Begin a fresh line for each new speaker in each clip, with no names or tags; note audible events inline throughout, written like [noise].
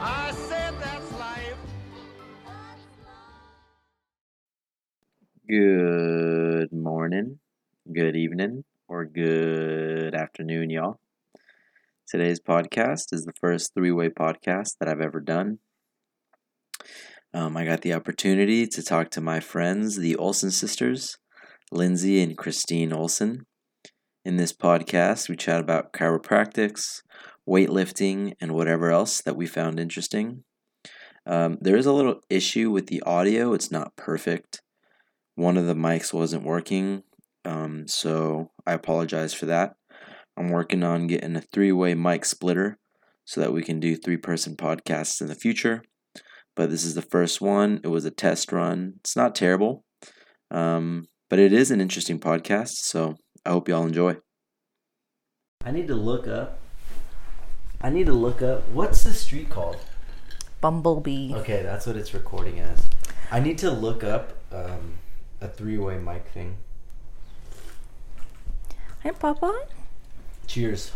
I said that's life.
Good morning, good evening, or good afternoon, y'all. Today's podcast is the first three way podcast that I've ever done. Um, I got the opportunity to talk to my friends, the Olsen sisters, Lindsay and Christine Olsen. In this podcast, we chat about chiropractics, weightlifting, and whatever else that we found interesting. Um, there is a little issue with the audio, it's not perfect. One of the mics wasn't working, um, so I apologize for that. I'm working on getting a three way mic splitter so that we can do three person podcasts in the future. But this is the first one. It was a test run. It's not terrible, um, but it is an interesting podcast. So I hope y'all enjoy.
I need to look up. I need to look up. What's the street called?
Bumblebee.
Okay, that's what it's recording as. I need to look up um, a three-way mic thing.
Hey, Papa.
Cheers.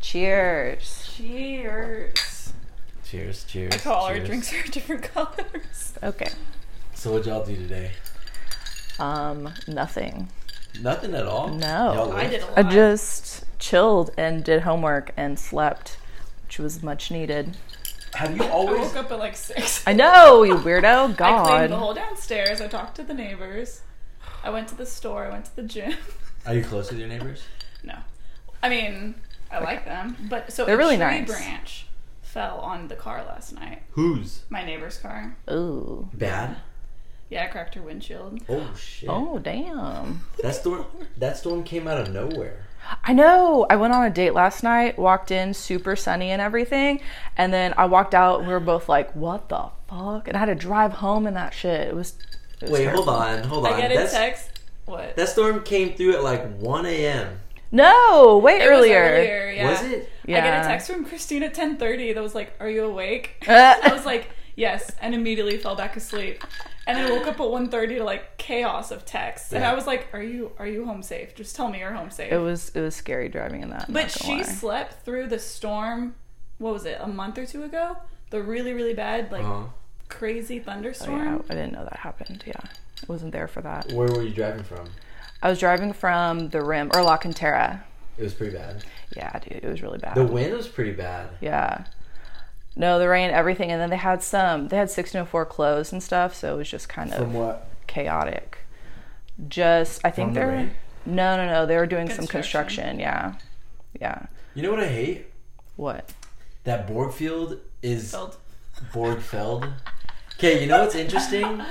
Cheers.
Cheers.
Cheers. Cheers.
All our
cheers.
drinks are different colors.
Okay.
So what y'all do today?
Um, nothing.
Nothing at all.
No.
Y'all
I
left?
did a lot.
I just chilled and did homework and slept, which was much needed.
Have you
I
always?
woke up at like six.
I know, you weirdo.
[laughs] I cleaned the
God.
whole downstairs. I talked to the neighbors. I went to the store. I went to the gym. [laughs]
Are you close with your neighbors?
No, I mean I like them, but so
They're
a
really
tree
nice.
branch fell on the car last night.
Who's
My neighbor's car.
Ooh.
bad?
Yeah, I cracked her windshield.
Oh shit!
Oh, damn.
That storm. That storm came out of nowhere.
I know. I went on a date last night, walked in super sunny and everything, and then I walked out and we were both like, what the fuck? And I had to drive home and that shit. It was. It was
Wait,
terrible.
hold on, hold on.
I get a
That's-
text. What?
That storm came through at like 1 a.m.
No, way
It was
earlier.
earlier, yeah.
Was it?
I get
Yeah.
a text from Christine at 10:30 that was like, "Are
[laughs]
you awake?"
Uh.
I was like, "Yes," and immediately fell back asleep. And then woke up at 1:30 to like chaos of texts. And
Yeah.
I was like, "Are you are you home safe? Just tell me you're home safe."
It was it was scary driving in that. I'm
but
not gonna
she
lie.
slept through the storm. What was it? A month or two ago? The really really bad like
Uh-huh.
crazy
Oh, yeah,
thunderstorm.
I didn't know that happened. Yeah, I wasn't there for that.
Where were you driving from?
I was driving from the rim or La Cantera.
It was pretty bad.
Yeah, dude, it was really bad.
The wind was pretty bad.
yeah, no, the rain, everything, and then they had some. They had 1604 closed and stuff, so it was just kind of
From what?
chaotic. Just, I think
From the
they're
rain?
no, no, no. They were doing some
Construction.
construction. Yeah, yeah.
You know what I hate?
What?
That Borgfield is
Felt-
Borgfeld. Okay, you know what's
[laughs]
interesting?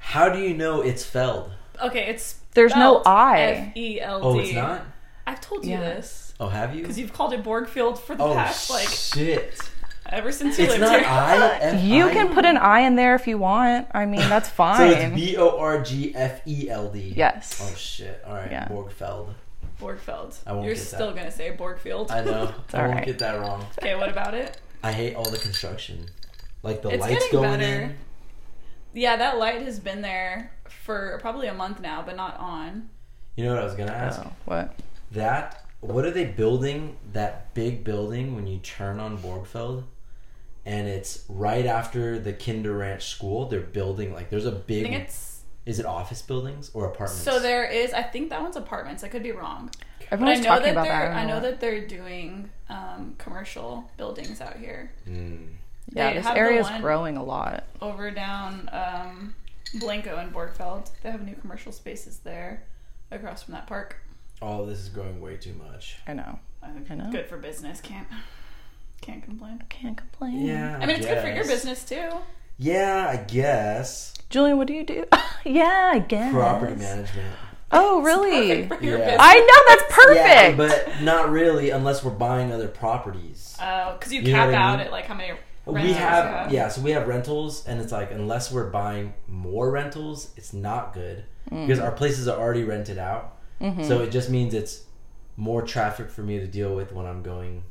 How do you know it's felled?
Okay, it's
There's no
spelled
I.
F E L D.
Oh, it's not.
I've told you
Yeah.
this
Oh, have you?
because you've called it Borgfield for the
Oh
past like
shit!
ever since you
It's
lived
not
here.
I. F-
You
I?
can put an I in there if you want. I mean,
[laughs]
that's
So
fine.
it's B O R G F E L D.
Yes.
Oh shit! All right,
Yeah.
Borgfeld.
Borgfeld.
I won't
You're
get that.
still gonna say
[laughs]
Borgfield.
I know. I
all
won't
right.
get that wrong.
Okay, what about it?
I hate all the construction, like the
It's
lights
getting
going
better.
in.
Yeah, that light has been there for probably a month now, but not on.
You know what I was gonna ask?
Oh, what?
That what are they building? That big building when you turn on Borgfeld, and it's right after the Kinder Ranch school. They're building like there's a
I
big.
think it's
is it office buildings or apartments?
so there is. I think that one's apartments. I could be wrong, but I
Everyone's
know
talking
that
about
they're.
that.
I know that they're doing um, commercial buildings out here
Mm.
Yeah,
They
this
have the
area's
one-
growing a lot.
over down um, Blanco and Borgfeld. They have new commercial spaces there across from that park.
All this is growing way too much.
I know.
Uh,
I know.
Good for business. Can't can't complain.
Can't complain.
Yeah.
Mm-hmm. I mean, it's good for your
guess.
business too.
Yeah, I guess.
Julian, what do you do? [laughs] yeah, I guess.
Property management.
Oh, really?
For your
Yeah.
business.
I know that's
Yeah,
perfect.
but not really unless we're buying other properties.
because Oh, you
You know
cap
what I
out
mean?
at like how many
we
Rentals,
have
yeah.
yeah, so we have rentals, and it's like unless we're buying more rentals, it's not good
Mm.
because our places are already rented out.
Mm-hmm.
So it just means it's more traffic for me to deal with when I'm going.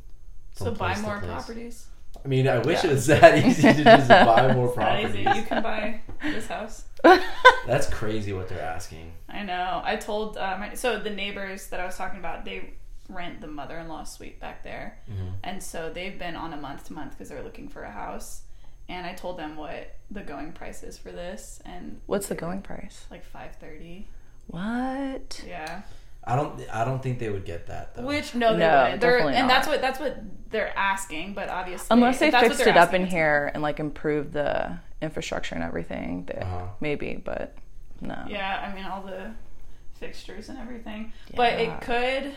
From
So buy
place to
more
place.
properties.
I mean, I wish it was that [laughs] easy to
[laughs]
just buy more
Not easy.
properties.
[laughs] You can buy this house.
That's crazy what they're asking.
I know. I told uh, my so the neighbors that I was talking about they rent the mother in law suite back there,
Mm-hmm.
and so they've been on a month to month because they're looking for a house. And I told them what the going price is for this, and
[laughs] What's the going price?
like five thirty.
What?
Yeah.
I don't. I don't think they would get that though.
Which no, they
No,
wouldn't. They're,
definitely
and
not.
that's what that's what they're asking, but obviously
Unless they
if that's what
fixed
they're
it up
asking,
in
it's-
here and like improved the infrastructure and everything, that
Uh-huh.
maybe, but no.
Yeah, I mean all the fixtures and everything, but it
Yeah.
could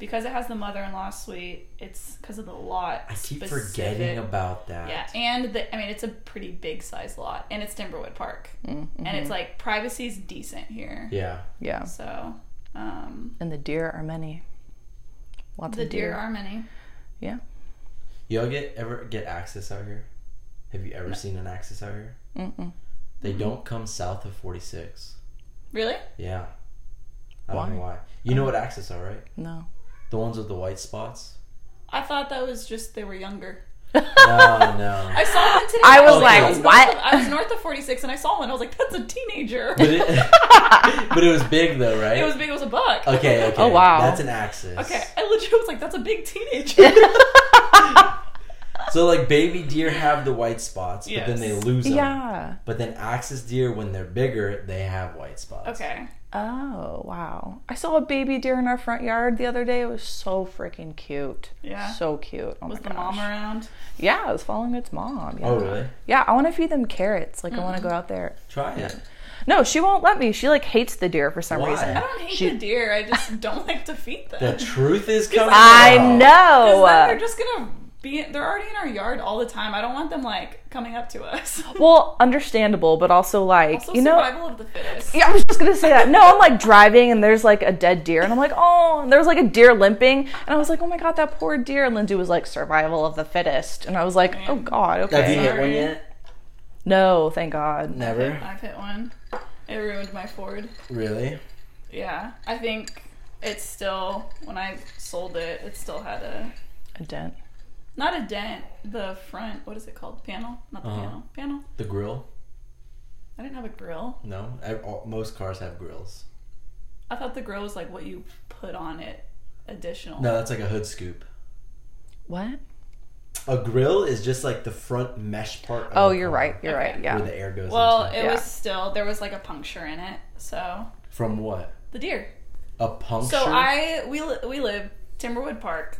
because it has the mother-in-law suite. It's because of the lot.
I keep
specific-
forgetting about that.
Yeah, and the, I mean it's a pretty big size lot, and it's Timberwood Park,
Mm-hmm.
and it's like privacy's decent here.
Yeah.
Yeah.
So, um,
And the deer are many. Lots
the
of
deer are many.
Yeah.
You all get ever get access out here? Have you ever seen an access out here? Mm-mm. They don't come south of 46.
Really?
Yeah. I don't know why. You know what axes are, right?
No.
The ones with the white spots?
I thought that was just they were younger.
No, [laughs]
[laughs]
no.
I saw one today.
I was
Oh, Okay.
like,
It's
north
what?
of- I was north of 46 and I saw one. I was like, that's a teenager.
But it, [laughs] but it was big though, right?
[laughs] It was big. It was a buck.
okay, okay.
Oh, wow.
That's an axis.
Okay. I legit was like, that's a big
[laughs]
teenager.
So like baby deer have the white spots, but then they
Yes.
lose them.
Yeah.
But then axis deer, when they're bigger, they have white spots.
okay.
Oh, wow. I saw a baby deer in our front yard the other day. It was so freaking cute.
Yeah.
So cute. Oh
Was
my
the
gosh.
mom around?
Yeah, it was following its mom. Yeah.
Oh really?
Yeah, I want to feed them carrots. Like, I want to go out there.
Try it.
No, she won't let me. She like hates the deer for some
Why?
reason.
[laughs] I don't hate the deer. I just [laughs] don't like to feed them.
The truth is coming.
I
out.
know.
'Cause then
uh,
they're just gonna be. They're already in our yard all the time. I don't want them like coming up to us. [laughs]
well, understandable, but also like
also,
you know.
survival of the fittest.
Yeah, I was just gonna say that. No, I'm like driving and there's like a dead deer, and I'm like, oh, and there was like a deer limping, and I was like, oh my god, that poor deer. And Lindsay was like, survival of the fittest, and I was like, oh god,
Have
okay.
you hit
Sorry.
one yet?
No, thank God.
Never.
I've hit one. It ruined my Ford.
Really?
Yeah, I think it's still when I sold it, it still had a
A dent.
not a dent. The front, what is it called? Panel, not the
Uh-huh.
panel. Panel.
The grill?
I didn't have a grill.
No. I, all, most cars have grills.
I thought the grill was like what you put on it, additional.
No, that's like a hood scoop.
What?
A grill is just like the front mesh part. Of
Oh,
the
you're
car
right. You're right.
Where
Yeah.
the air goes.
Well,
into
it
Yeah.
was still there was like a puncture in it, so
from what?
the deer.
A puncture.
So I we li- we live Timberwood Park.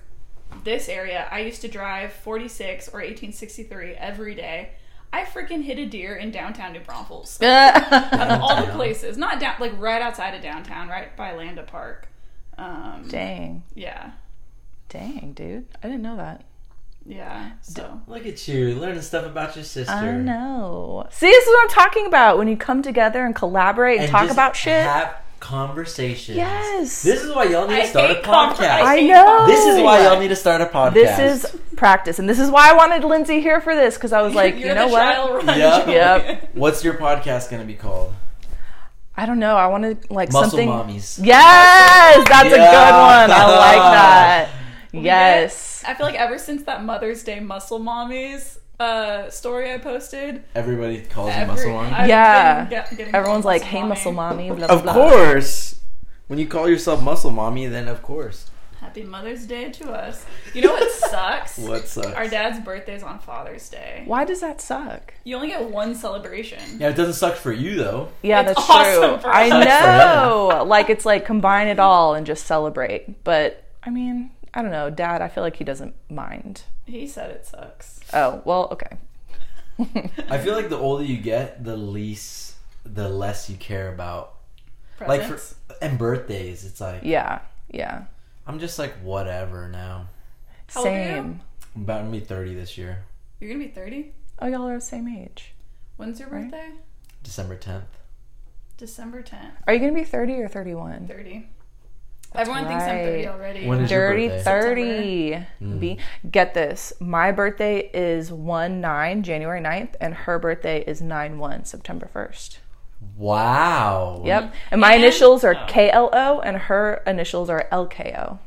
This area, I used to drive 46 or 1863 every day. I freaking hit a deer in downtown New Braunfels.
[laughs]
Out of all the
Downtown.
places, not down like right outside of downtown, right by Landa Park. Um,
dang,
yeah,
dang, dude, I didn't know that.
yeah. So
Look at you learning stuff about your sister.
I know. See, this is what I'm talking about when you come together and collaborate and,
And
talk
just
about shit.
Have conversations.
Yes.
This is why y'all need to start a
hate conver-
podcast.
I know.
This is why y'all need to start a podcast.
This is practice, and this is why I wanted Lindsay here for this because I was like,
[laughs] you're
you know
the
what?
trial run.
Yep.
Yep.
What's your podcast gonna be called?
I don't know. I wanted like
Muscle
something.
Mommies.
Yes, that's a good
Yeah.
one. I like that. Yes.
I feel like ever since that Mother's Day muscle mommies uh, story I posted,
Everybody calls you
every-
muscle mommy.
I've
Yeah.
been get- getting
Everyone's
called
like, "Hey,
mommy."
muscle mommy." Blah,
Of
blah.
course. When you call yourself muscle mommy, then of course.
Happy Mother's Day to us. You know
[laughs]
what sucks?
What sucks?
Our dad's birthday's on Father's Day.
Why does that suck?
You only get one celebration.
yeah, it doesn't suck for you though.
Yeah,
It's
that's
awesome
true.
for
I
us.
know. like it's like combine it all and just celebrate. But I mean, I don't know, Dad. I feel like he doesn't mind.
He said it sucks.
Oh well, okay. [laughs]
I feel like the older you get, the least, the less you care about. Like for
Presents.
and birthdays, it's like
Yeah, yeah.
I'm just like whatever now.
How old are you?
same.
I'm about to be 30 this year,
You're gonna be 30?
Oh, y'all are the same age.
When's your birthday?
December 10th.
December 10th.
Are you gonna be thirty or thirty-one?
30. Everyone thinks I'm 30
right.
already.
When is your
Dirty
birthday? Mm.
30. Be- get this. My birthday is 1 9, January 9th, and her birthday is 9 1, September 1st.
Wow.
Yep. And my
And-
initials are
oh.
KLO, and her initials are LKO.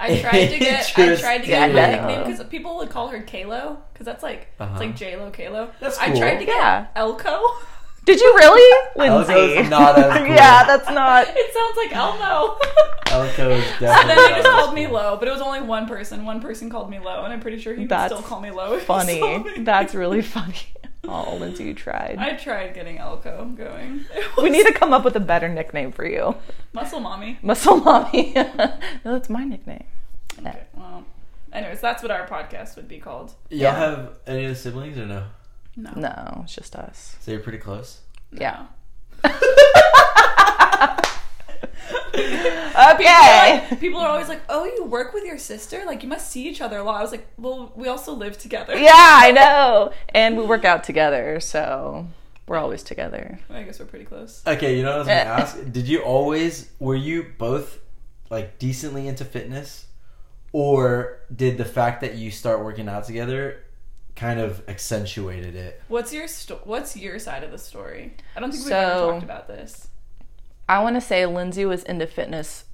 I tried
[laughs]
to get I tried to get a
Interesting.
nickname because people would call her Kalo because that's like it's like J Lo Kalo.
Uh-huh. That's
I tried
cool.
to get
Yeah.
Elko. [laughs]
Did you
[laughs]
really?
Elko's
Lindsay.
not as cool.
[laughs] yeah, that's not.
It sounds
[laughs]
like Elmo.
Elko
[laughs]
is
and
definitely.
then they just
not as
called me
cool.
Low, but it was only one person. One person called me Low, and I'm pretty sure he would
That's
still call me [laughs] Low. if he saw
funny.
me.
That's really funny. [laughs] Oh, Lindsay, you tried.
I tried getting Elko going. [laughs] It
[laughs] We
was
need to come up with a better nickname for you.
muscle mommy.
Muscle Mommy. no, [laughs] that's my nickname.
Okay, well, anyways, that's what our podcast would be called.
Y'all have any other siblings or no?
No, it's just us. [laughs]
So you're pretty close.
[laughs]
Yeah.
Like,
Okay.
people are always like, "Oh, you work with your sister? Like you must see each other a lot." I was like, "Well, we also live together."
Yeah, I know. And we work out together, so we're always together.
I guess we're pretty close.
Okay, you know what I was gonna
[laughs]
ask? Did you always were you both like decently into fitness, or did the fact that you start working out together kind of accentuated it?
What's your sto- What's your side of the story? I don't think we've
So-
ever talked about this.
I want to say Lindsay was into fitness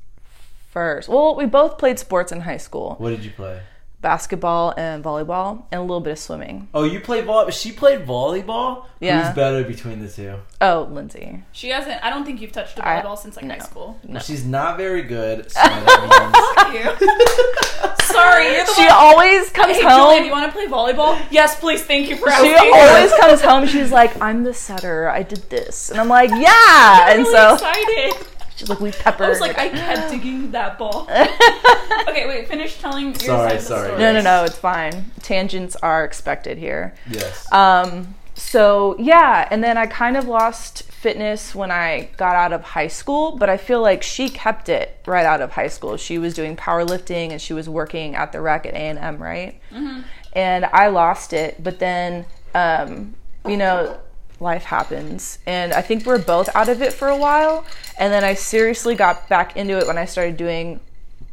first. Well, we both played sports in high school
What did you play?
basketball and volleyball, and a little bit of swimming.
Oh, you played vol. She played volleyball.
Yeah.
Who's better between the two?
Oh, Lindsay.
She hasn't. I don't think you've touched a
I-
volleyball since like high
no.
school.
[laughs]
Well, she's not very good. So that means
Fuck you. Sorry, you're the
She
one.
always comes
Hey,
home.
Julia, do you want to play volleyball? Yes, please. Thank you for
she
asking.
always comes home. She's like, "I'm the setter. I did this," and I'm like, "Yeah."
I'm
And
really
so
excited.
she's like, "We peppered."
I was like,
[laughs]
I kept digging that ball. okay, wait. Finish telling your
Sorry,
side of
sorry.
the story.
no, no, no. It's fine. Tangents are expected here.
yes.
Um, so yeah, and then I kind of lost fitness when I got out of high school, but I feel like she kept it right out of high school. She was doing powerlifting and she was working at the rec at A and M, right? And I lost it, but then um, you know, life happens, and I think we're both out of it for a while. And then I seriously got back into it when I started doing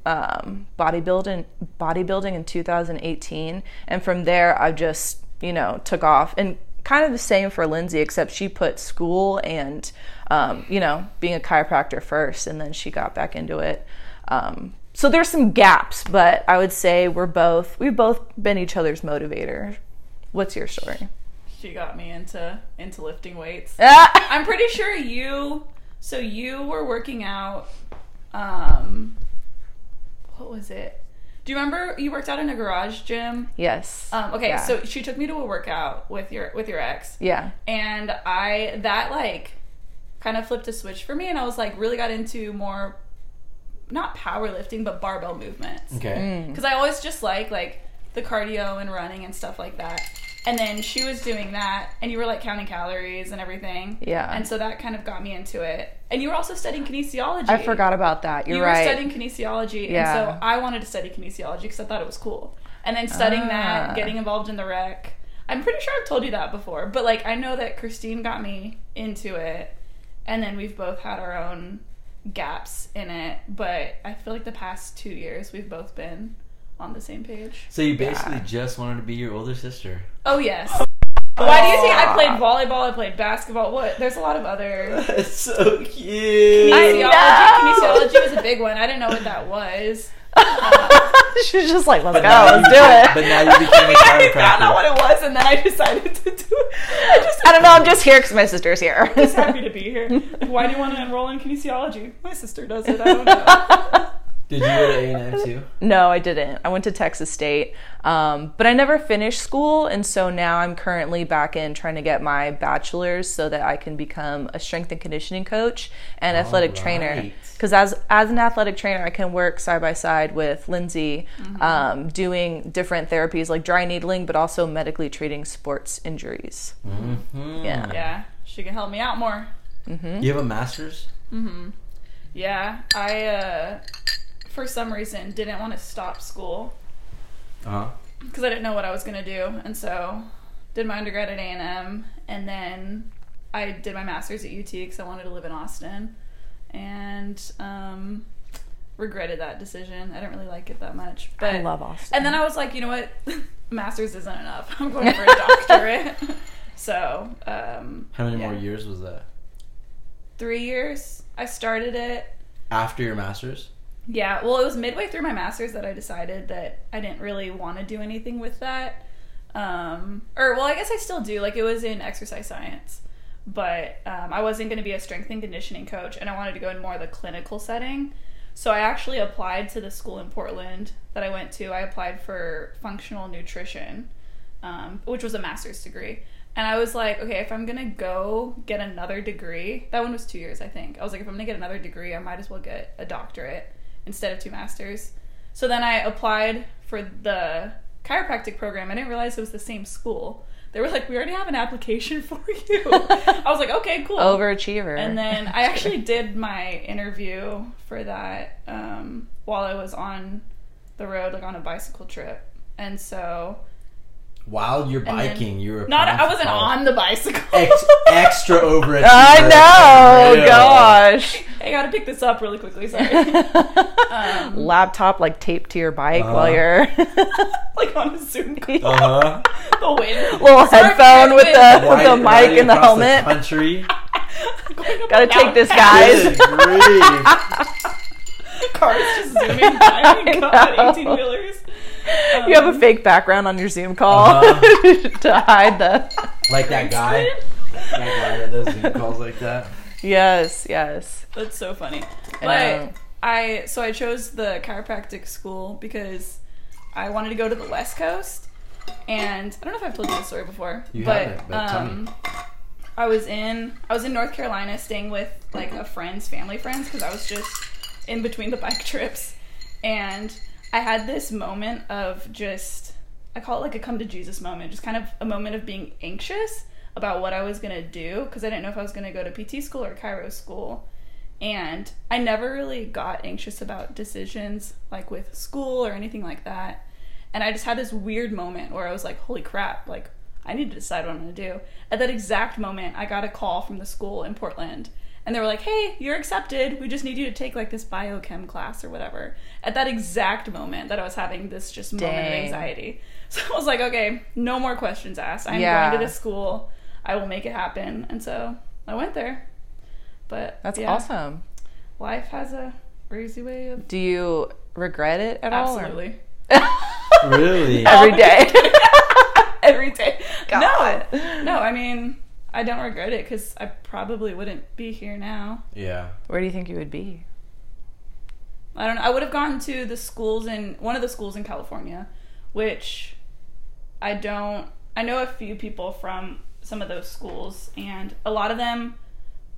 um, bodybuilding bodybuilding in 2018, and from there I just you know took off and kind of the same for Lindsay, except she put school and um, you know being a chiropractor first, and then she got back into it. Um, so there's some gaps, but I would say we're both we've both been each other's motivator. What's your story? [laughs]
She got me into into lifting weights.
Ah!
I'm pretty sure you. So you were working out. Um, what was it? Do you remember you worked out in a garage gym?
Yes.
Um, okay,
Yeah.
so she took me to a workout with your with your ex,
yeah,
and I that like kind of flipped a switch for me, and I was like really got into more not powerlifting but barbell movements
okay.
Mm.
because I always just like like the cardio and running and stuff like that. And then she was doing that, and you were like counting calories and everything.
Yeah.
And so that kind of got me into it. And you were also studying kinesiology.
I forgot about that. You're
You
right. [laughs]
were studying kinesiology, and
Yeah.
so I wanted to study kinesiology because I thought it was cool. And then studying
Ah.
that, getting involved in the rec. I'm pretty sure I've told you that before, but like I know that Christine got me into it, and then we've both had our own gaps in it. But I feel like the past two years we've both been on the same page.
So you basically just wanted to be your older
[laughs]
sister. [laughs]
Oh yes. Why do you think I played volleyball? I played basketball. What? There's a lot of other.
That's so cute.
Kinesiology.
know.
Kinesiology was a big one. I didn't know what
[laughs]
that was.
She's just like, let's
But now
go,
you
let's do
became-
it.
But now you
[laughs]
became a
[laughs] I found
chiropractor.
out what it was, and then I decided to do it. I just
I don't know. I'm just here because my sister's here. [laughs]
I'm just [laughs] happy to be here. Like, why do you want to enroll in kinesiology? My sister does it. I don't know.
Did you go to A and
[laughs]
M too?
No, I didn't. I went to Texas State, um, but I never finished school, and so now I'm currently back in trying to get my bachelor's so that I can become a strength and conditioning coach and athletic trainer.
right.
Because as as an athletic trainer, I can work side by side with Lindsay,
Mm-hmm.
um, doing different therapies like dry needling, but also medically treating sports injuries. Yeah.
[laughs] Yeah, she can help me out more.
Mm-hmm. You have a master's.
Yeah, I uh, for some reason didn't want to stop school
Uh huh.
because I didn't know what I was gonna do, and so did my undergrad at A and M, and then I did my master's at UT because I wanted to live in Austin, and um, regretted that decision. I didn't really like it that much. But
I love Austin.
And then I was like, you know what? [laughs] Masters isn't enough. I'm going for a doctorate. so, um,
How many more
Yeah.
years was that?
three years. I started it.
After your master's?
Yeah, well, it was midway through my master's that I decided that I didn't really want to do anything with that. Um, or, well, I guess I still do. Like, it was in exercise science, but um, I wasn't going to be a strength and conditioning coach, and I wanted to go in more of the clinical setting. So I actually applied to the school in Portland that I went to. I applied for functional nutrition, um, which was a master's degree. And I was like, okay, if I'm gonna go get another degree, that one was two years, I think. I was like, if I'm gonna get another degree, I might as well get a doctorate instead of two masters. So then I applied for the chiropractic program. I didn't realize it was the same school. They were like, we already have an application [laughs] for you. I was like, okay, cool.
Overachiever.
And then I actually did my interview for that um, while I was on the road, like on a bicycle trip. And so,
While you're
And then-
biking, you were
not
applying
I
for
wasn't
college.
on the bicycle.
Ex- extra overachiever.
[laughs] I know.
Real.
Gosh.
[laughs] I gotta pick this up really
[laughs]
quickly. Sorry, um,
Laptop like taped to your bike while
Uh-huh.
you're [laughs]
like on a Zoom call.
Uh huh.
The wind.
little headphone with the with
Why-
the
why
mic and the
across
helmet.
country.
[laughs]
[laughs]
Going up
Gotta
and
take
down.
this, guys.
Good grief.
[laughs] Cars
[laughs]
just zooming by.
I
My
know.
God, eighteen wheelers.
[laughs]
Um,
You have a fake background on your Zoom call
Uh-huh.
[laughs] to hide the. [laughs]
Like that guy. That guy that does Zoom calls like that.
Yes, yes.
That's so funny.
know.
But I so I chose the chiropractic school because I wanted to go to the West Coast, and I don't know if I've told you this story before,
You
but,
haven't, but tell me.
um, I was in I was in North Carolina staying with like a friend's family friends because I was just in between the bike [laughs] trips, and I had this moment of just I call it like a come to Jesus moment, just kind of a moment of being anxious about what I was gonna do because I didn't know if I was gonna go to PT school or Cairo school and I never really got anxious about decisions like with school or anything like that. And I just had this weird moment where I was like, holy crap, like I need to decide what I'm going to do. At that exact moment, I got a call from the school in Portland. And they were like, hey, you're accepted. We just need you to take like this biochem class or whatever. At that exact moment that I was having this just moment of
Dang.
anxiety. [laughs] So I was like, okay, no more questions asked. I'm
Yeah.
going to this school. I will make it happen. And so I went there. But
That's
yeah
awesome.
life has a crazy way of
Do you regret it at all? or- [laughs]
absolutely Oh
Really?
Every day.
[laughs] every day.
[laughs] God.
No, no. I mean, I don't regret it because I probably wouldn't be here now.
Yeah.
Where do you think you would be?
I don't. know. I would have gone to the schools in one of the schools in California, which I don't. I know a few people from some of those schools, and a lot of them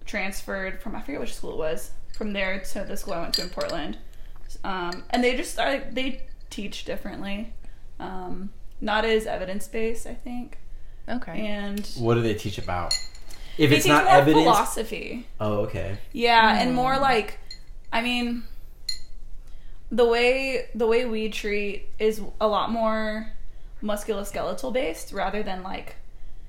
transferred from I forget which school it was from there to the school I went to in Portland, um, and they just are they teach differently, um, not as evidence based, I think,
Okay.
and
What do they teach about? If
they
it's
teach
not
about
evidence.
philosophy.
Oh, okay.
Yeah,
Hmm.
and more like, I mean, the way the way we treat is a lot more musculoskeletal based rather than like,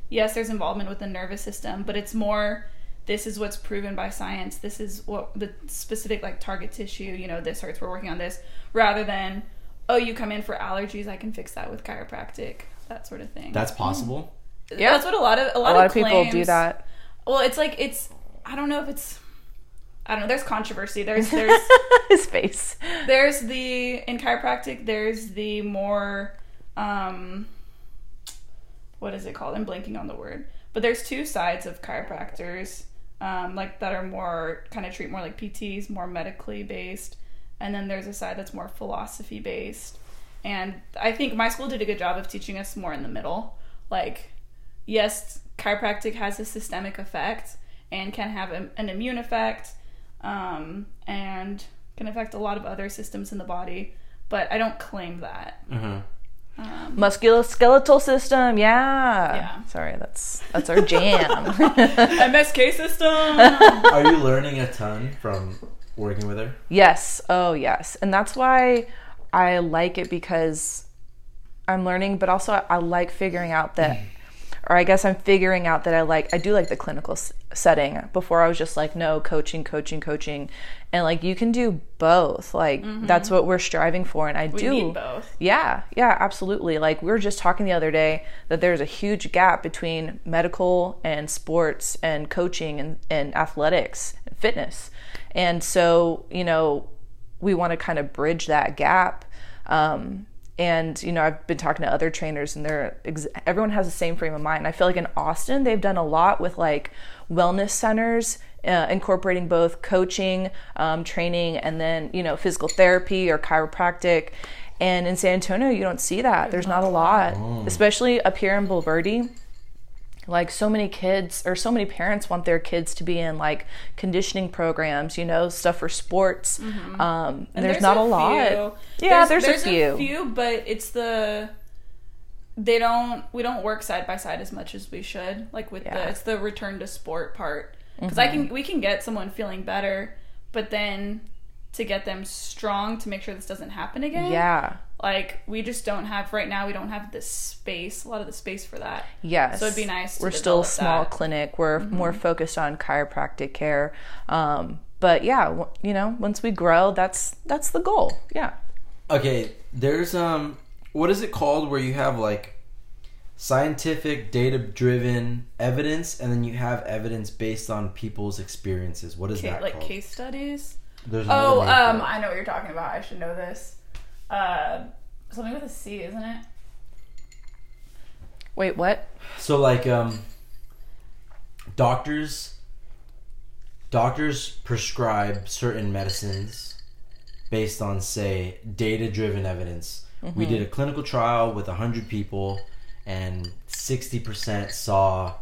yes, there's involvement with the nervous system, but it's more this is what's proven by science. This is what the specific like target tissue. You know, this hurts. We're working on this rather than oh, you come in for allergies. I can fix that with chiropractic. That sort of thing.
That's possible.
Yeah.
that's what a lot of a lot,
A lot of people do
claims-
that. [laughs]
well, it's like it's. I don't know if it's. I don't know. There's controversy. There's there's
His face.
there's the in chiropractic. There's the more. um What is it called? I'm blanking on the word. But there's two sides of chiropractors, um, like that are more kind of treat more like PTs, more medically based, and then there's a side that's more philosophy based. And I think my school did a good job of teaching us more in the middle, like yes, chiropractic has a systemic effect and can have im- an immune effect um, and can affect a lot of other systems in the body, but I don't
[laughs]
claim that.
Musculoskeletal system. Yeah.
Yeah.
Sorry, that's that's our jam. [laughs]
MSK system!
Are you learning a ton from working with her?
Yes. Oh, yes. And that's why I like it because I'm learning, but also I like figuring out that or I guess I'm figuring out that I like I do like the clinical s- setting. Before I was just like no coaching, coaching, coaching, and like you can do both. Like that's what we're striving for, and I
Mm-hmm. We
do
need both.
yeah, yeah, absolutely. Like we were just talking the other day that there's a huge gap between medical and sports and coaching and, and athletics and fitness. And so, you know, we want to kind of bridge that gap. Um, and you know, I've been talking to other trainers, and they're ex- everyone has the same frame of mind. I feel like in Austin, they've done a lot with like wellness centers, uh, incorporating both coaching, um, training, and then you know, physical therapy or chiropractic. And in San Antonio, you don't see that. There's not a lot, especially up here in Bulverde like so many kids or so many parents want their kids to be in like conditioning programs you know stuff for sports
Mm-hmm.
um and there's, not a, lot
few.
yeah there's, a few,
few, but it's the they don't we don't work side by side as much as we should. Like with
Yeah. Mm-hmm.
the it's the return to sport part because I can we can get someone feeling better, but then to get them strong to make sure this doesn't happen again.
yeah
like we just don't have right now. We don't have the space. A lot of the space for that.
yes
So it'd be nice to
we're still a
develop
small
that. Mm-hmm.
clinic we're more focused on chiropractic care um but yeah w- you know once we grow that's that's the goal yeah
Okay, there's um what is it called where you have like scientific data driven evidence and then you have evidence based on people's experiences. What is
Ca-
that
like
called?
case studies.
There's another
Oh,
name for
um,
it.
I know what you're talking about. I should know this. Uh, something with a C, isn't it?
wait what
so like um doctors doctors prescribe certain medicines based on say data driven evidence.
Mm-hmm.
We did a clinical trial with 100 people and 60% saw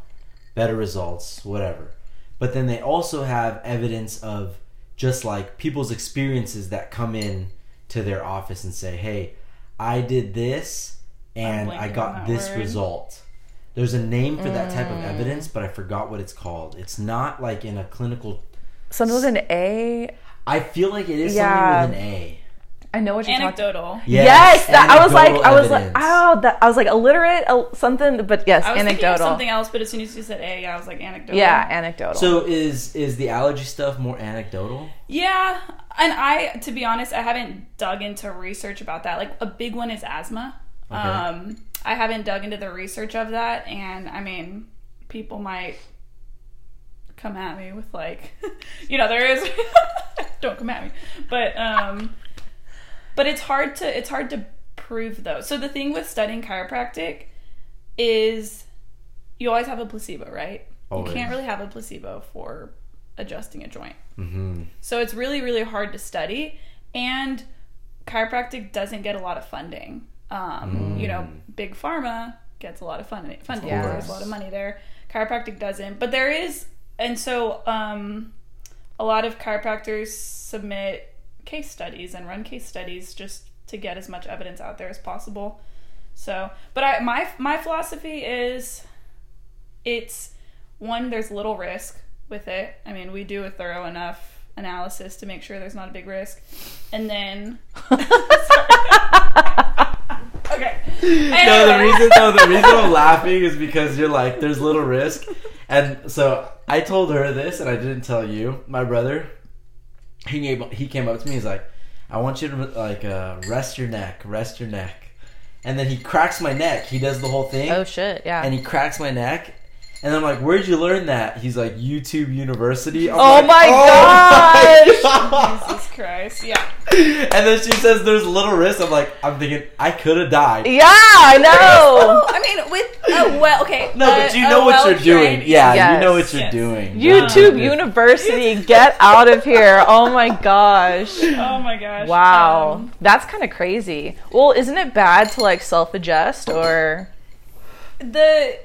better results, whatever. But then they also have evidence of just like people's experiences that come in to their office and say, "Hey, I did this and
I'm
I
blanking on
got
that
this
word. Mm.
result." There's a name for that type of evidence, but I forgot what it's called. It's not like in a clinical
something with an a
I feel like it is
Yeah.
something with an A.
i know what you're talking
Anecdotal.
Yes, that, I was like,
anecdotal
I was like,
evidence.
oh, that, I was like illiterate, uh, something, but yes,
I was thinking of
anecdotal.
something else, but as soon as you said A, I was like anecdotal.
Yeah, anecdotal.
So is is the allergy stuff more anecdotal?
Yeah, and I, to be honest, I haven't dug into research about that. Like a big one is asthma. Um, I haven't dug into the research of that, and I mean, people might come at me with like, [laughs] you know, there is. [laughs] don't come at me, but um, but it's hard to it's hard to prove though. So the thing with studying chiropractic is you always have a placebo, right?
Always.
You can't really have a placebo for adjusting a joint. So it's really, really hard to study. And chiropractic doesn't get a lot of funding. Um, You know, big pharma gets a lot of fun, funding.
course.
There's a lot of money there. Chiropractic doesn't. But there is, and so um, a lot of chiropractors submit case studies and run case studies just to get as much evidence out there as possible. So, but I, my my philosophy is it's one there's little risk with it i mean we do a thorough enough analysis to make sure there's not a big risk and then [laughs] okay
[laughs]
No, the
Anyway.
reason no, the reason I'm laughing is because you're like, there's little risk, and so I told her this, and I didn't tell you. My brother, he came he came up to me. He's like, I want you to like uh, rest your neck, rest your neck, and then he cracks my neck. He does the whole thing.
oh shit, yeah.
and he cracks my neck. And I'm like, where'd you learn that? He's like, YouTube University. I'm
Oh
like, "Oh
my
my God."
jesus christ yeah
[laughs] And then she says, there's little risk. I'm like, I'm thinking, I could have died.
yeah, I know.
i mean with oh, a well okay
No, but you
Oh,
know what you're doing. Yeah, you know what
Yes.
you're
Yes.
doing.
YouTube
Yeah.
University, get out of here. Oh my gosh.
oh my gosh
Wow.
Um,
That's kind of crazy. Well, isn't it bad to like self adjust or.
the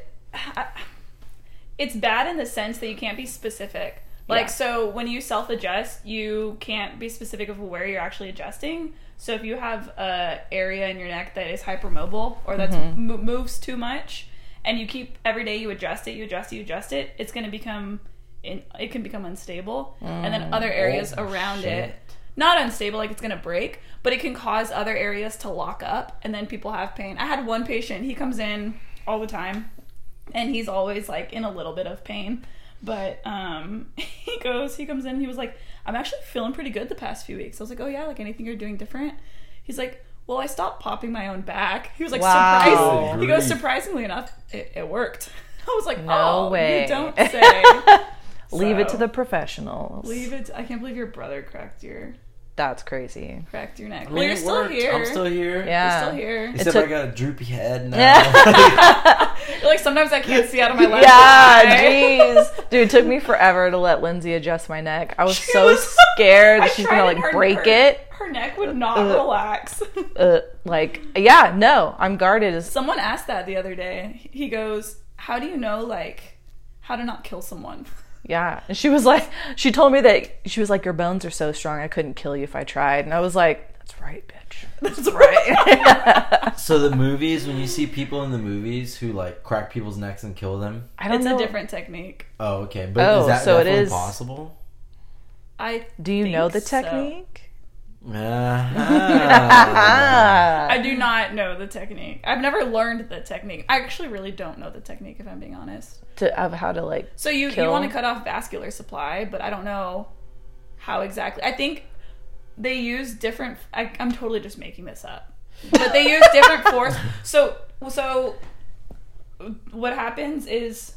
it's bad in the sense that you can't be specific like
Yeah.
so when you self adjust you can't be specific of where you're actually adjusting so if you have a area in your neck that is hypermobile or that's
Mm-hmm.
mo- moves too much and you keep every day you adjust it you adjust it you adjust it it's going to become in, it can become unstable and then other areas
Oh,
around
shit.
it not unstable, like it's gonna break, but it can cause other areas to lock up and then people have pain. I had one patient, he comes in all the time and he's always like in a little bit of pain. But um, [laughs] he goes, he comes in, he was like, I'm actually feeling pretty good the past few weeks. I was like, oh yeah, like anything you're doing different? He's like, well, I stopped popping my own back. He was like,
Wow.
surprised. He goes,
Grief.
surprisingly enough, it, it worked. [laughs] I was like,
No
oh,
way." [laughs]
you don't say.
Leave it
So-
to the professionals.
Leave it. I can't believe your brother cracked your
That's crazy.
cracked your neck.
I mean,
well, you're
it
still
worked.
here.
I'm still here.
Yeah.
You're still here.
Except
took-
I got a droopy head now. [laughs]
You're like sometimes I can't see out
[laughs]
of my left
Yeah,
[laughs] eye.
jeez. Dude, it took me forever to let Lindsay adjust my neck. I was
She
so
was-
scared
[laughs] I
that she's gonna
tried and
like
her-
break
her-
it.
Her neck would not
Ugh.
relax.
Uh, like, yeah, no, I'm guarded. as
[laughs] Someone asked that the other day. He goes, "How do you know like how to not kill someone?" [laughs]
Yeah. And she was like, [laughs] she told me that she was like, your bones are so strong, I couldn't kill you if I tried. And I was like, that's right, bitch.
[laughs] That's
[laughs]
right.
So the movies, when you see people in the movies who like crack people's necks and kill them.
I don't
it's
know.
a different technique.
Oh, okay. But
Oh,
is that
so it
definitely [laughs]
is-
possible?
I
Do you know the
think so.
technique?
Ah.
I do not know the technique. I've never learned the technique. I actually really don't know the technique if I'm being honest.
To, of how to like,
So you
Kill.
you want to cut off vascular supply, but I don't know how exactly. I think they use different. I, I'm totally just making this up, but they use different force. So so what happens is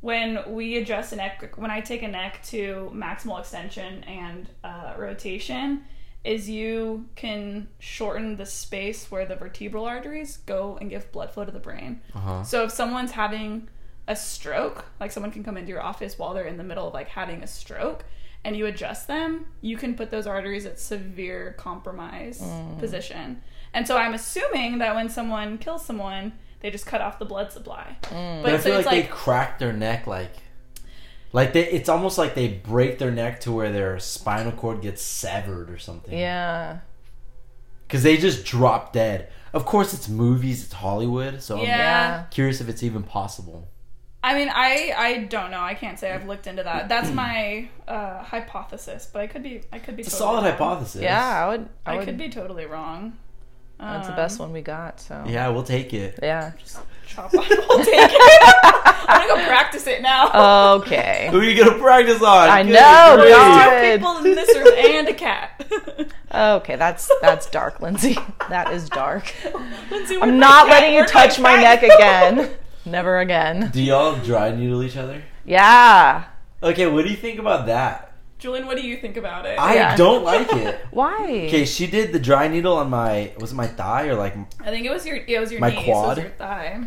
when we adjust a neck, when I take a neck to maximal extension and uh, rotation, is you can shorten the space where the vertebral arteries go and give blood flow to the brain. So if someone's having a stroke, like someone can come into your office while they're in the middle of like having a stroke and you adjust them, you can put those arteries at severe compromise position. And so I'm assuming that when someone kills someone, they just cut off the blood supply.
But I
But so
feel
it's
like,
like
they crack their neck like like they it's almost like they break their neck to where their spinal cord gets severed or something.
yeah.
Cuz they just drop dead. Of course it's movies, it's Hollywood, so
yeah.
Yeah.
I'm curious if it's even possible.
I mean, I I don't know. I can't say I've looked into that. That's my uh, hypothesis, but I could be I could be
It's a
totally
solid
wrong.
hypothesis.
Yeah, I would. I,
I,
would.
could be totally wrong.
that's the best one we got. So yeah,
Yeah, we'll take it.
[laughs] Chop off. I'll take it. I'm gonna go practice it now.
Oh.
okay.
[laughs] Who are you gonna practice on?
I
Good
know,
grief.
God.
Two people in this room and a cat. [laughs]
Okay, that's that's dark, Lindsay. [laughs] That is
[laughs]
dark.
Lindsay, where'd
I'm
my
not
cat-
letting you
where'd my
touch my neck
cat [laughs] go?
again. Never again.
Do y'all dry needle each other?
Yeah.
Okay, what do you think about that?
Julian, what do you think about it?
I
Yeah.
don't like
[laughs]
it.
Why?
Okay, she did the dry needle on my was it my thigh or like
I think it was your it was your
My
knee,
quad?
it was your thigh.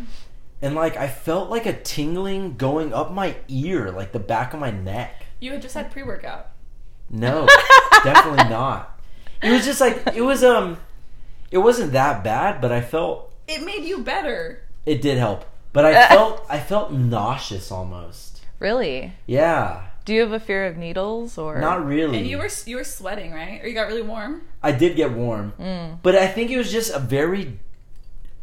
and like I felt like a tingling going up my ear, like the back of my neck.
You had just had pre workout. [laughs]
No, definitely not. It was just like it was um it wasn't that bad, but I felt
It made you better.
it did help. But
[laughs]
I felt I felt nauseous almost.
Really?
Yeah,
Do you have a fear of needles or
not really.
And you were you were sweating, right? Or you got really warm.
I did get warm,
Mm.
but I think it was just a very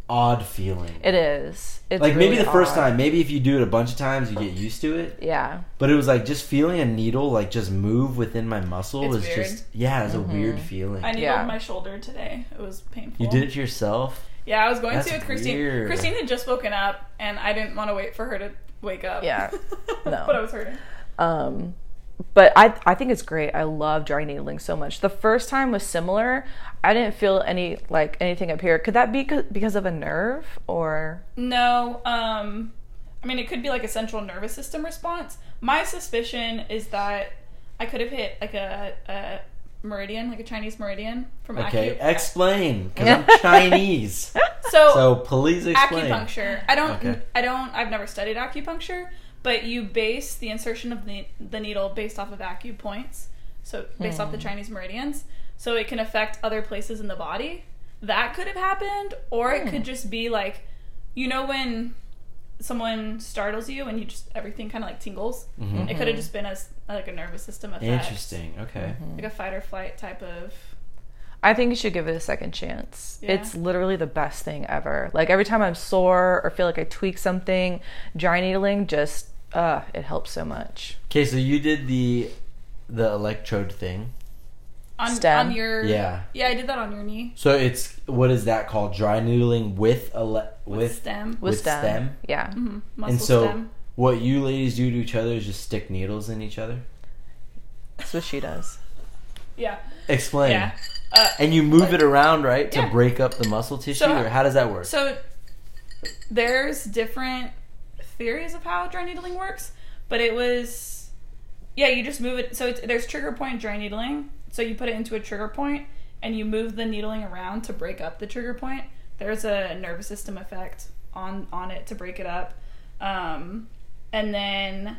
odd feeling.
It is. It's
like maybe
really
the first
odd.
time, maybe if you do it a bunch of times, you get used to it.
Yeah.
But it was like just feeling a needle like just move within my muscle
It's
was
weird.
just yeah, it was a weird feeling.
I needled
Yeah.
my shoulder today. It was painful.
you did it to yourself.
Yeah, I was going
That's
to with Christine.
weird.
Christine had just woken up, and I didn't want to wait for her to wake up.
Yeah.
[laughs]
No.
but I was hurting.
Um, but I I think it's great. I love dry needling so much. The first time was similar. I didn't feel any like anything up here. Could that be c- because of a nerve or
No, um, I mean it could be like a central nervous system response. My suspicion is that I could have hit like a, a meridian, like a Chinese meridian from
Okay, Eh,
acu-
explain because I'm
[laughs]
Chinese.
so,
So please explain.
acupuncture. I don't.
Okay.
I don't. I've never studied acupuncture, but you base the insertion of the the needle based off of acupoints, so based off the
Hmm.
Chinese meridians, so it can affect other places in the body. That could have happened, or it
Hmm.
could just be like, you know, when someone startles you and you just everything kind of like tingles. It
Mm-hmm.
could have just been as like a nervous system effect,
Mm-hmm. Interesting. Okay.
like a fight or flight type of.
I think you should give it a second chance.
Yeah.
It's literally the best thing ever. Like every time I'm sore or feel like I tweak something, dry needling just uh it helps so much.
Okay, so you did the the electrode thing.
on,
Stem.
on your
Yeah.
yeah I did that on your knee
So it's what is that called? Dry needling with a le-
with,
with
stem
with,
With
stem.
stem?
Yeah.
muscle
and so
stem.
what you ladies do to each other is just stick needles in each other.
That's what she does.
Yeah,
Explain.
yeah. Uh,
And you move it around, right, to
Yeah.
break up the muscle tissue,
So-
or how does that work?
So there's different theories of how dry needling works, but it was yeah, you just move it. So it's, there's trigger point dry needling. So you put it into a trigger point and you move the needling around to break up the trigger point. There's a nervous system effect on on it to break it up, um, and then,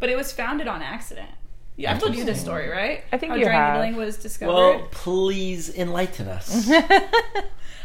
but it was founded on accident. Yeah, I've told you this story, right?
I think
how
you
dry
have.
needling was discovered.
well, please enlighten
[laughs]
us.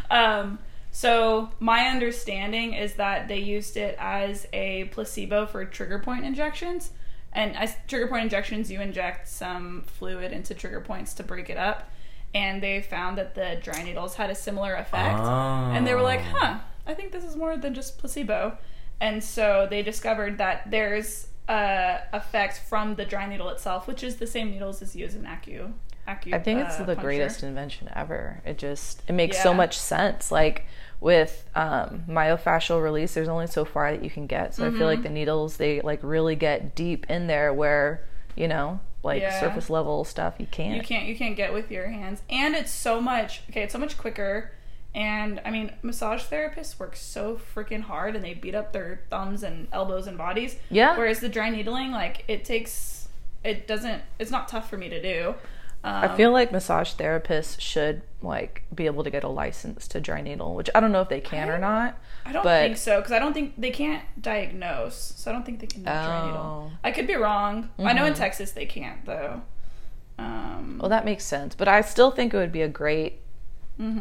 Um, so my understanding is that they used it as a placebo for trigger point injections. And as trigger point injections, you inject some fluid into trigger points to break it up. And they found that the dry needles had a similar effect. And they were like,
Ah.
huh, I think this is more than just placebo. And so they discovered that there's a effect from the dry needle itself, which is the same needles as used in acu. acu
I think it's
uh,
the
puncture.
greatest invention ever. It just it makes so
Yeah.
much sense. Like with um, myofascial release, there's only so far that you can get. So I feel
Mm-hmm.
like the needles they like really get deep in there where you know like
Yeah.
surface level stuff you can't.
You can't you can't get with your hands. And it's so much okay, it's so much quicker. And I mean, massage therapists work so freaking hard and they beat up their thumbs and elbows and bodies.
Yeah.
Whereas the dry needling, like it takes it doesn't it's not tough for me to do. Um,
I feel like massage therapists should like be able to get a license to dry needle, which I don't know if they can or not.
I don't
but-
think so because I don't think they can't diagnose, so I don't think they can do dry
Oh.
needle. I could be wrong. I know in
Mm-hmm.
Texas they can't though. Um,
Well, that makes sense, but I still think it would be a great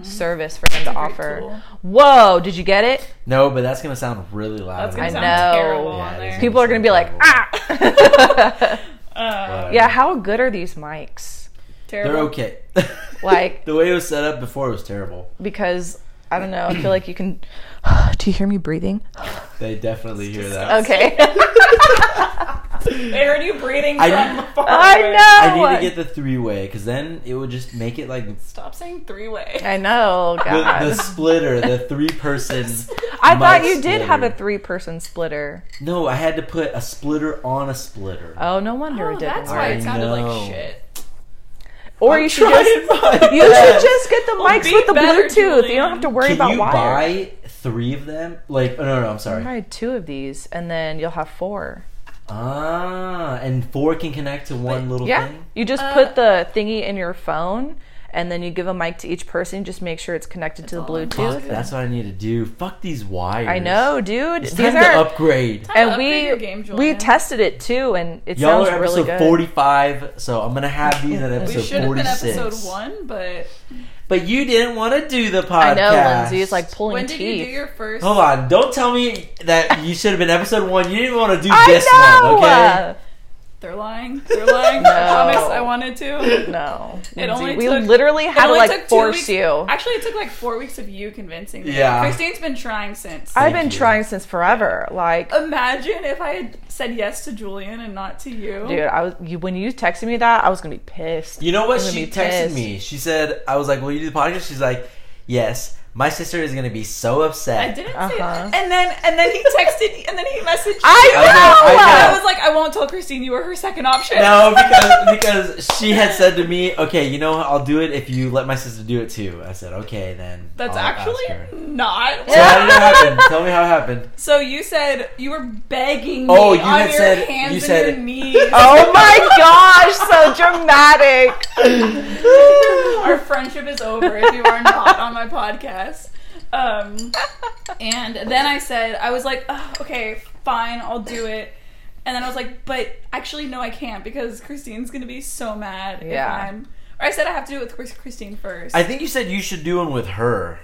service for him to
Mm-hmm. great
offer.
tool.
Whoa, did you get
[laughs]
it? [laughs]
no, but that's gonna sound really loud.
that's gonna
I
sound
know.
terrible
Yeah,
on
it
there.
is.
People are going to be like, ah. yeah, how good are these mics?
terrible.
they're okay. [laughs]
Like-
the way it was set up before was terrible.
Because I don't know, I feel like you can [sighs] Do you hear me
[laughs]
breathing?
They definitely hear that.
Okay.
They heard you breathing
I-
from far
[laughs] I
away.
know.
I need to get the three way because then it would just make it like the,
Stop saying three way.
I know,
[laughs]
God.
the splitter,
[laughs]
the three person.
I thought
mic
you did have a
splitter.
three-person splitter.
no, I had to put a splitter on a splitter.
Oh, no wonder
Oh,
it didn't
that's
work.
why it sounded
No.
like shit.
Or
[laughs]
you should just [laughs] you should just get the mics
be
with the
better,
Bluetooth. You
Julian.
don't have to worry
Can
about
you
wires.
buy three of them? Like, oh, no, no, I'm sorry.
Try two of these, and then you'll have four.
Ah, and four can connect to one little
Yeah,
thing. Uh,
you just put the thingy in your phone, and then you give a mic to each person. Just make sure it's connected to the
Fuck,
Bluetooth.
that's what I need to do. Fuck these wires.
I know, dude.
It's
These
time to
are
upgrade.
and
Upgrade
we
your game,
we
Julian.
tested it too, and it
Y'all
sounds
are episode
really good.
45, so I'm gonna have these
[laughs]
at
We
episode
should have been
46.
episode one, but
But you didn't want to do the podcast.
I know, Lindsay. It's like pulling
when did
teeth.
you do your first?
Hold on! Don't tell me that you should have been episode one. You didn't want to do
I
this
know.
one, okay?
They're lying. They're lying. I promise I
[laughs]
wanted to.
Uh, no,
It only
we
took-
literally
It
had to
only
like
took two
force
weeks-
you.
Actually, it took like four weeks of you convincing me.
Yeah.
Christine's been trying since.
I've been
you.
trying since forever. Like,
Oh. Imagine if I had said yes to Julian and not to you.
dude, I was you, when you texted me that, I was gonna be pissed.
You know what?
I'm gonna
She
be
texted
pissed.
me. She said, "I was like, will you do the podcast?" She's like, "Yes." My sister is gonna be so upset.
I didn't say
Uh-huh.
that. And then and then he texted and then he messaged.
I
you.
know.
I know,
And
I
I was like, I won't tell Christine you were her second option.
No, because because she had said to me, "Okay, you know, what? I'll do it if you let my sister do it too." I said, "Okay, then."
That's
I'll ask
[laughs]
her."
actually not.
So how did it happen? Tell me how it happened.
So you said you were begging me
Oh, you
on
had
your
said-
hands
you
and
said-
your
[laughs]
knees.
Oh my gosh,
[laughs]
so dramatic.
Our friendship is over if you are not on my podcast. Um, and then I said, I was like, "Ugh, okay, fine, I'll do it. And then I was like, but actually, no, I can't because Christine's gonna be so mad
Yeah.
if I'm. Or I said I have to do it with Chris- Christine first.
I think you said you should do one with her.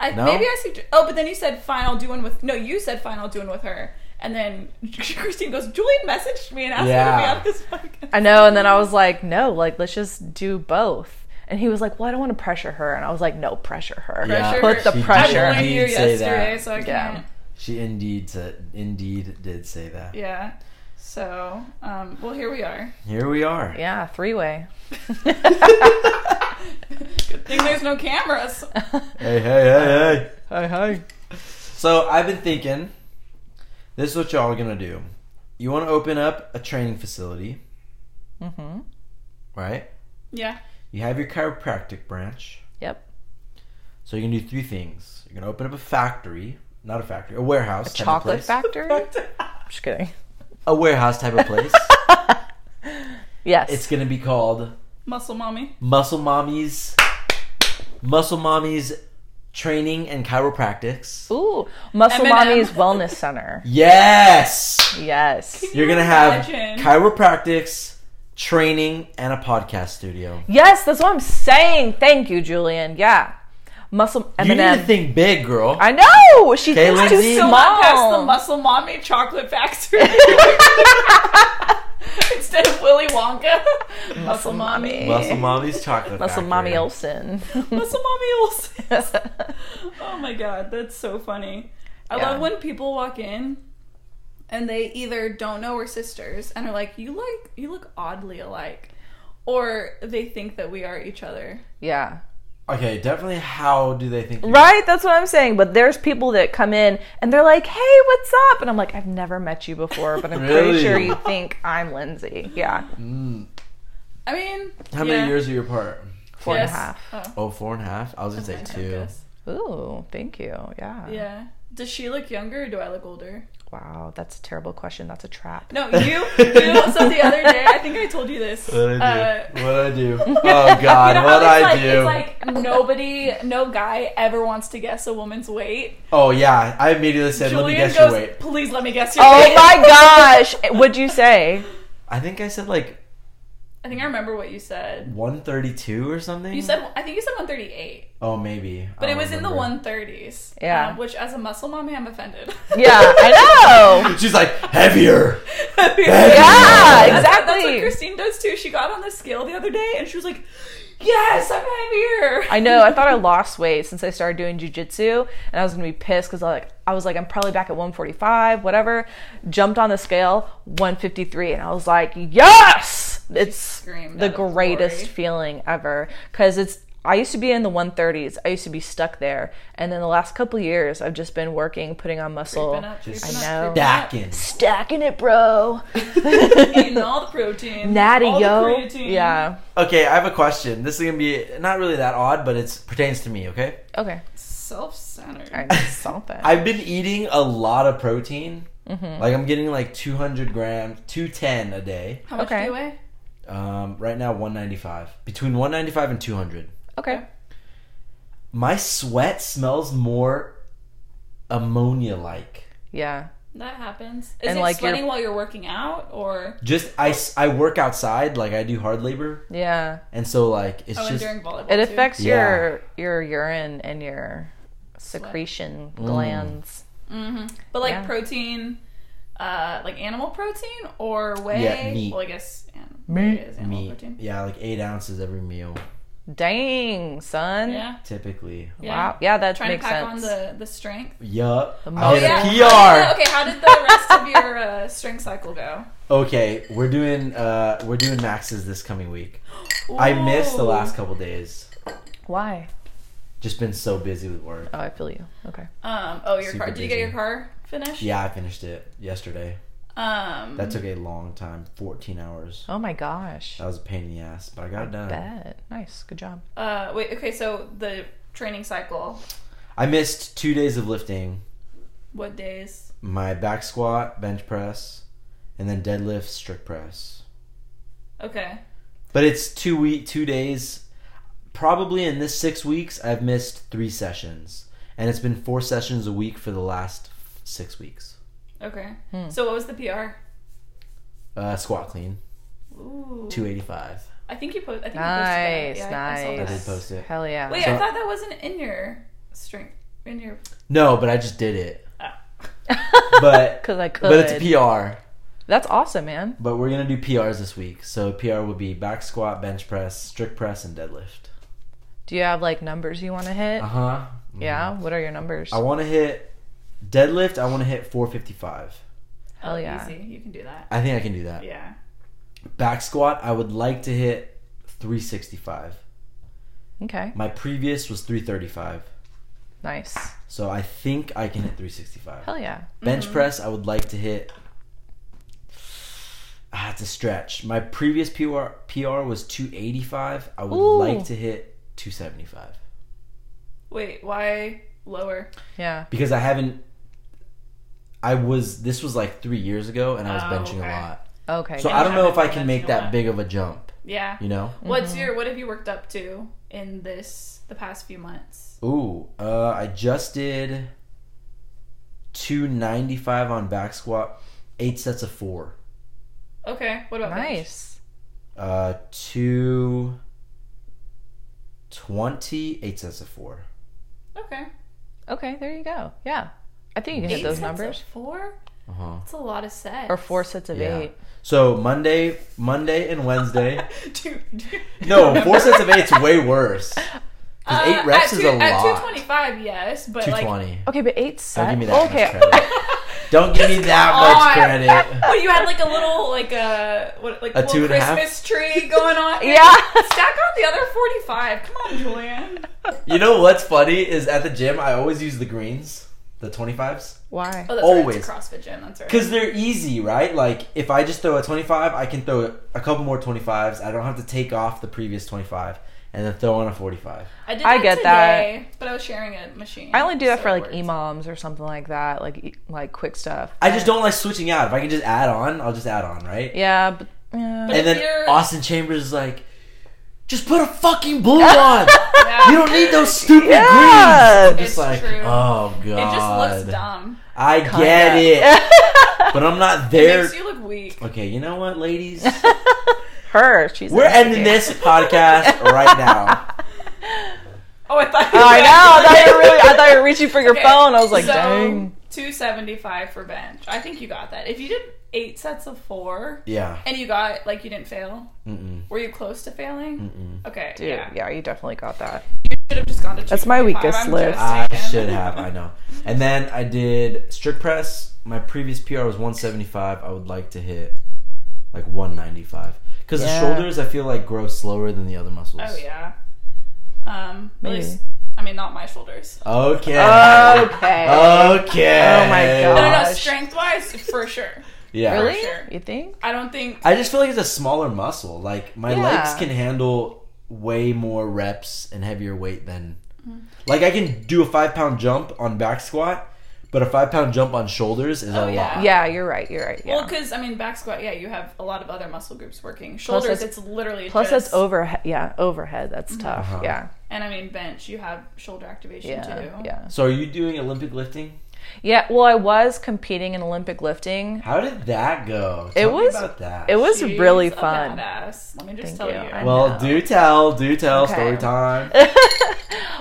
I,
No?
Maybe I sugge- Oh, but then you said fine. I'll do one with. No, you said fine. I'll do one with her. And then [laughs] Christine goes. Julian messaged me and asked
Yeah.
me to be on this podcast.
I know, and then I was like, no, like let's just do both. And he was like, well, I don't want to pressure her. And I was like, no, pressure her.
Yeah.
Pressure
Put the
her.
pressure.
I blamed
She
you
did say
yesterday,
that.
so I
Yeah.
can't.
She indeed said, indeed did say that.
Yeah. So, um, well, here we [laughs] are.
Here we are.
Yeah, three way.
Good thing there's no cameras.
Hey, hey, hey,
[laughs]
hey.
Hi, hi.
So I've been thinking. This is what y'all are gonna do. You want to open up a training facility,
Mm-hmm.
right?
Yeah.
You have your chiropractic branch,
Yep.
so you can do three things. You're gonna open up a factory, not a factory, a warehouse, type of
Chocolate
place. [laughs]
factory? Just kidding.
a warehouse type of
[laughs]
place.
Yes.
it's gonna be called
Muscle mommy.
Muscle Mommy's Muscle Mommy's Training and Chiropractics.
Ooh, Muscle
M&M.
Mommy's Wellness Center.
Yes.
Yes.
You're gonna have
Imagine.
chiropractics, training, and a podcast studio.
Yes, that's what I'm saying. Thank you, Julian. Yeah. Muscle
You need to
Eminem.
think big, girl.
I know. She
Okay,
thinks
Lindsay.
too
Still not past the
small.
muscle mommy chocolate [laughs] factory. Instead of Willy Wonka, muscle mommy.
Muscle Mommy's chocolate.
Muscle
Factory.
Mommy Olsen. [laughs]
Muscle mommy Olsen. [laughs] Oh my god, that's so funny. I
Yeah.
love when people walk in and they either don't know we're sisters and are like, "You like you look oddly alike," or they think that we are each other.
yeah.
Okay, definitely. How do they think? you-
Right? That's what I'm saying. But there's people that come in and they're like, hey, what's up? And I'm like, I've never met you before, but I'm
Really?
pretty sure you think I'm Lindsay. Yeah.
I mean,
How
yeah.
many years are you apart?
four and a
Yes.
half.
Oh,
Oh, four and a half. I was gonna say
I
two.
guess.
Ooh, thank you. Yeah.
Yeah. Does she look younger or do I look older?
Wow, that's a terrible question. That's a
[laughs]
[laughs]
trap.
No, you. you so the other day, I think I told you this.
What I
Uh,
do? What I
[laughs]
do? Oh God!
you know how
what
it's
I
like,
do?
It's like nobody, no guy ever wants to guess a woman's weight.
oh yeah! I immediately said, "Let me
Julian
guess
goes,
your weight."
please let me guess your
Oh
weight.
my gosh. What'd you say?
I think I said like
I think I remember what you said.
one thirty-two or something.
You said I think you said 138,
Oh, maybe.
but
I
it was in the
remember.
130s.
Yeah.
um, which as a muscle mommy, I'm offended.
Yeah,
[laughs]
I know.
She's like heavier.
Yeah,
That's- That's what
exactly.
Christine does too. She got on the scale the other day and she was like, "Yes, I'm heavier."
I know. I thought I lost weight since I started doing jujitsu, and I was gonna be pissed because like I was like I'm probably back at 145, whatever. Jumped on the scale 153, and I was like, yes, it's
screamed
the
out of
greatest
glory.
feeling ever because it's. I used to be in the 130s. I used to be stuck there, and then the last couple years, I've just been working, putting on muscle,
Creeping up, creeping
I
up,
know.
creeping up.
Dacking.
stacking it, bro.
eating all the protein,
Natty
all The
yo,
creatine.
yeah.
Okay, I have a question. This is gonna be not really that odd, but it pertains to me. Okay,
Okay,
self-centered.
I need something.
I've been eating a lot of protein.
Mm-hmm.
Like I'm getting like 200 grams, 210 a day.
How much
Okay.
do you weigh?
Um, right now, 195. Between 195 and 200.
Okay,
My sweat smells more ammonia-like.
yeah.
That happens. Is
And,
it
like, your-
sweating while you're working out, or
Just I, s- I work outside, like I do hard labor,
Yeah,
and so like it's
oh, and
just
during volleyball?
it
too?
affects
Yeah.
your your urine and your
Mm.
secretion glands.
But like
Mm-hmm. Yeah.
protein, uh, like animal protein or whey.
Yeah, meat.
Well, I guess an- meat is animal
meat.
protein.
Yeah, like eight ounces every meal
Dang, son.
Yeah.
typically.
Wow. Yeah, that
Trying
makes
to pack
sense.
on the, the strength.
Yup.
Oh,
I hit
yeah.
a PR.
How did the- okay, how did the rest of your uh, string cycle go?
Okay, we're doing uh we're doing maxes this coming week. I missed the
Ooh.
last couple days.
Why?
Just been so busy with work.
Oh, I feel you. Okay.
Um, oh, your
Super
car. Did you get
busy.
your car finished?
Yeah, I finished it yesterday.
Um,
That took a long time, 14 hours.
Oh my gosh.
That was a pain in the ass, but I got it done.
Bet. Nice. Good job.
uh, wait. Okay, so the training cycle.
I missed 2 days of lifting,
What days?
my back squat, bench press, and then deadlift, strict press.
Okay.
But it's 2 week 2 days. Probably in this 6 weeks I've missed 3 sessions, and it's been 4 sessions a week for the last 6 weeks.
Okay.
Hmm.
So what was the PR?
Uh squat clean.
Ooh.
285.
I think you posted.
Nice.
Posted that. Yeah, I- I saw
nice.
that.
I did post it.
Hell yeah.
Wait, I
So-
thought that wasn't in your string. In your
No, but I just did it.
Oh.
[laughs] but
'Cause I
But it's a
could.
PR.
That's awesome, man.
But we're gonna do PRs this week. So PR will be back squat, bench press, strict press, and deadlift.
Do you have like numbers you want to hit?
Uh huh.
Yeah. What are your numbers?
I want to hit deadlift. I want to hit 455.
Hell Oh, yeah.
Easy. You can do that.
I think I can do that.
Yeah.
Back squat, I would like to hit 365.
Okay.
My previous was 335.
Nice.
So I think I can hit 365.
Hell yeah.
Bench press, I would like to hit. Ah, it's a stretch. My previous PR PR was 285. I would
Ooh.
like to hit 275
Wait, why lower?
Yeah.
because I haven't. I was this was like three years ago, and I was
Oh,
benching
okay.
a lot.
Okay.
So
yeah.
I don't know if I can
Benching
make
a
that
lot.
big of a jump.
Yeah.
You know?
What's
Mm-hmm.
your what have you worked up to in this the past few months?
Ooh, uh, I just did 295 on back squat, eight sets of four.
Okay. What about bench?
nice.
Uh, two twenty, eight sets of four.
Okay.
Okay, there you go. Yeah. I think you can
Eight
hit those
sets
numbers.
of Four.
Uh-huh.
That's a lot of sets.
Or four sets of
Yeah.
eight.
So Monday, Monday and Wednesday.
[laughs] Two- two-
no, four sets of eight's way
[laughs]
worse. 'Cause
Uh,
eight reps
at
is
two-
a lot.
At 225, yes, but
Two
like
twenty.
Okay, but eight
Don't
sets.
give me that
okay.
much credit. Don't give me that much credit.
What you had like a little like a what like
A
a little
two and a half?
Christmas tree going on?
[laughs] [laughs] Yeah.
Stack on the other forty five. Come
[laughs]
on, Julian.
You know what's funny is at the gym I always use the greens, the twenty fives,
Why?
Oh, that's right.
Always.
It's a CrossFit gym. That's right.
because they're easy, right? Like if I just throw a twenty five, I can throw a couple more twenty fives. I don't have to take off the previous twenty five and then throw on a forty five.
I did.
I
that
get
today, but I was sharing a machine.
I only do that
so
for
it
like
worked.
imams or something like that, like e- like quick stuff.
I just don't like switching out. If I can just add on, I'll just add on, right?
Yeah, but yeah.
And then
If you're-
Austin Chambers is like, just put a fucking blue on. [laughs]
Yeah.
you don't need those stupid
Yeah.
greens. I'm
[laughs]
just
It's
like,
true.
oh god.
It just looks dumb.
I get it, but I'm not
It
there.
makes you look weak.
Okay, you know what, ladies?
Her, she's.
We're ending this podcast right now.
Oh, I thought.
Oh, I know. I thought you were really. I thought you were reaching for your
Okay,
phone. I was like,
so,
dang.
275 for bench. I think you got that. If you did eight sets of four
Yeah.
and you got, like, you didn't fail,
Mm-mm.
were you close to failing? Okay.
Dude, yeah.
yeah.
you definitely got that.
Should have just gone to
That's my
225.
weakest
I'm
list.
just
I
saying.
should have. I know. And then I did strict press. My previous PR was 175. I would like to hit like 195 because
Yeah.
the shoulders I feel like grow slower than the other muscles.
Oh, yeah. Um,
Maybe.
At least, I mean, not my shoulders.
Okay.
Okay.
Uh, Okay.
Oh my God.
No, no, no.
Gosh.
Strength wise, for sure.
Yeah.
Really?
sure.
You think?
I don't think.
I just feel like it's a smaller muscle. Like my
Yeah.
legs can handle way more reps and heavier weight than
Mm.
like I can do a five pound jump on back squat, but a five pound jump on shoulders is
Oh,
a
yeah.
lot.
Yeah, you're right. You're right. Yeah.
Well, because, I mean, back squat, yeah, you have a lot of other muscle groups working. Shoulders,
that's-
it's literally
Plus,
just,
that's overhead. Yeah, overhead. That's tough.
Uh-huh.
Yeah.
And, I mean, bench, you have shoulder activation,
Yeah.
too.
Yeah.
So are you doing Olympic lifting?
Yeah. Well, I was competing in Olympic lifting.
How did that go?
It
Tell me
was-
about that.
It was
She's
really
a
fun.
badass. Let me just
Thank
tell
you.
you.
I
well,
No.
do tell, do tell.
Okay.
Story
[laughs]
time.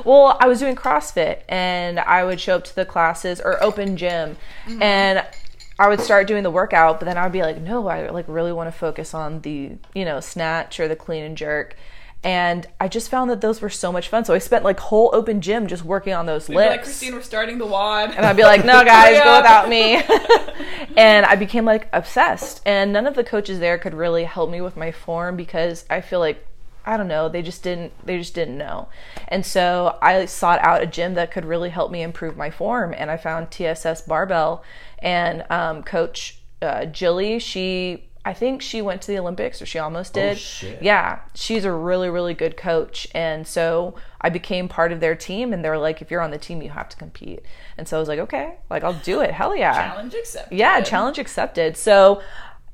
Well, I was doing CrossFit and I would show up to the classes or open gym
Mm-hmm.
and I would start doing the workout, but then I would be like, no, I like really want to focus on the, you know, snatch or the clean and jerk. And I just found that those were so much fun. So I spent like whole open gym just working on those
You're
lips.
like, Christine, we're starting the wad.
And I'd be like, no, guys,
Hurry
go
up."
without me. [laughs] and I became like obsessed. And none of the coaches there could really help me with my form because I feel like, I don't know, they just didn't, they just didn't know. And so I sought out a gym that could really help me improve my form. And I found TSS Barbell and um, Coach uh, Jilly. She, I think she went to the Olympics or she almost did.
shit.
Yeah, she's a really, really good coach. And so I became part of their team, and they were like, if you're on the team, you have to compete. And so I was like, okay, like I'll do it. Hell yeah.
[laughs] Challenge accepted.
Yeah, challenge accepted. So,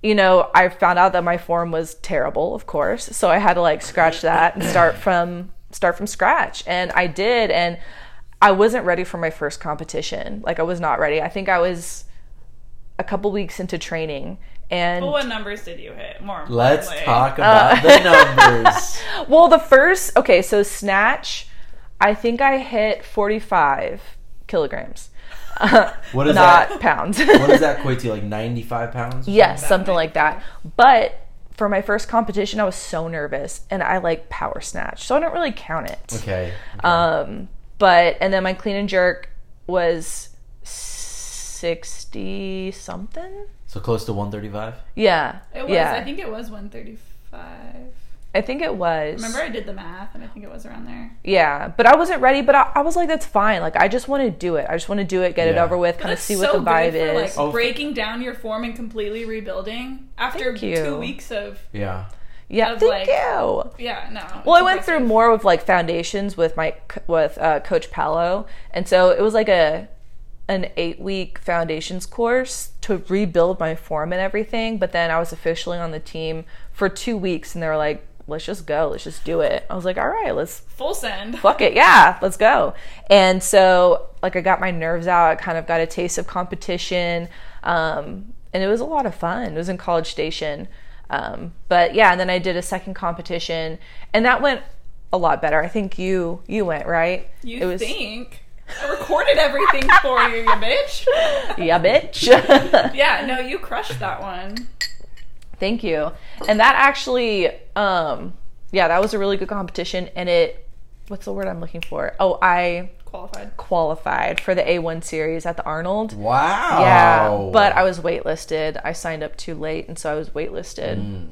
you know, I found out that my form was terrible, of course. So I had to like scratch that and
[laughs]
start from start from scratch. And I did and I wasn't ready for my first competition. Like I was not ready. I think I was a couple weeks into training and
But what numbers did you hit? More importantly.
Let's talk
Uh.
about
[laughs]
the numbers.
Well, the first, okay, so snatch, I think I hit 45 kilograms, [laughs]
What is
not
that?
pounds.
What does that equate to? Like ninety-five pounds?
[laughs] yes, something like that. But for my first competition, I was so nervous and I like power snatch, so I don't really count it.
Okay.
Um, but, and then my clean and jerk was 60 something.
So close to 135.
Yeah.
It was.
yeah.
I think it was 135.
I think it was.
Remember, I did the math, and I think it was around there.
Yeah, but I wasn't ready. But I, I was like, that's fine. Like, I just want to do it. I just want to do it, get it
Yeah.
over with,
But
kind of
that's
see
so
what the vibe
good for,
is.
Like
Oh, for-
breaking down your form and completely rebuilding after
Thank you.
two weeks of
Yeah.
yeah,
of,
thank
like-
you.
yeah. No.
Well, I
it's
went
impressive.
through more of like foundations with my with uh, Coach Palo, and so it was like a an eight week foundations course to rebuild my form and everything. But then I was officially on the team for two weeks, and they were like, "Let's just go. Let's just do it." I was like, "All right, let's
full send.
fuck it, yeah, let's go. And so, like, I got my nerves out. I kind of got a taste of competition, um, and it was a lot of fun. It was in College Station, um, but yeah. And then I did a second competition, and that went a lot better. I think you you went right.
You
it was
think I recorded everything for you, you bitch?
yeah, bitch. [laughs]
Yeah. No, you crushed that one.
Thank you. And that actually, um, yeah, that was a really good competition, and it. What's the word I'm looking for? Oh, I
Qualified.
qualified for the A1 series at the Arnold.
Wow.
Yeah, but I was waitlisted. I signed up too late, and so I was waitlisted.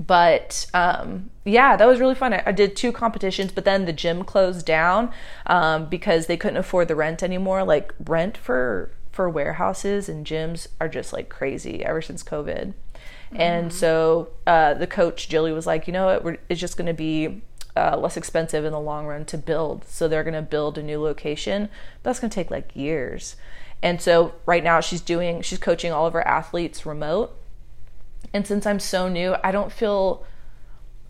But um, yeah, that was really fun. I, I did two competitions, but then the gym closed down um, because they couldn't afford the rent anymore. Like rent for for warehouses and gyms are just like crazy ever since COVID. And so uh, the coach Jilly was like, you know what, We're, it's just going to be uh, less expensive in the long run to build. So they're going to build a new location. But that's going to take like years. And so right now she's doing, she's coaching all of her athletes remote. And since I'm so new, I don't feel,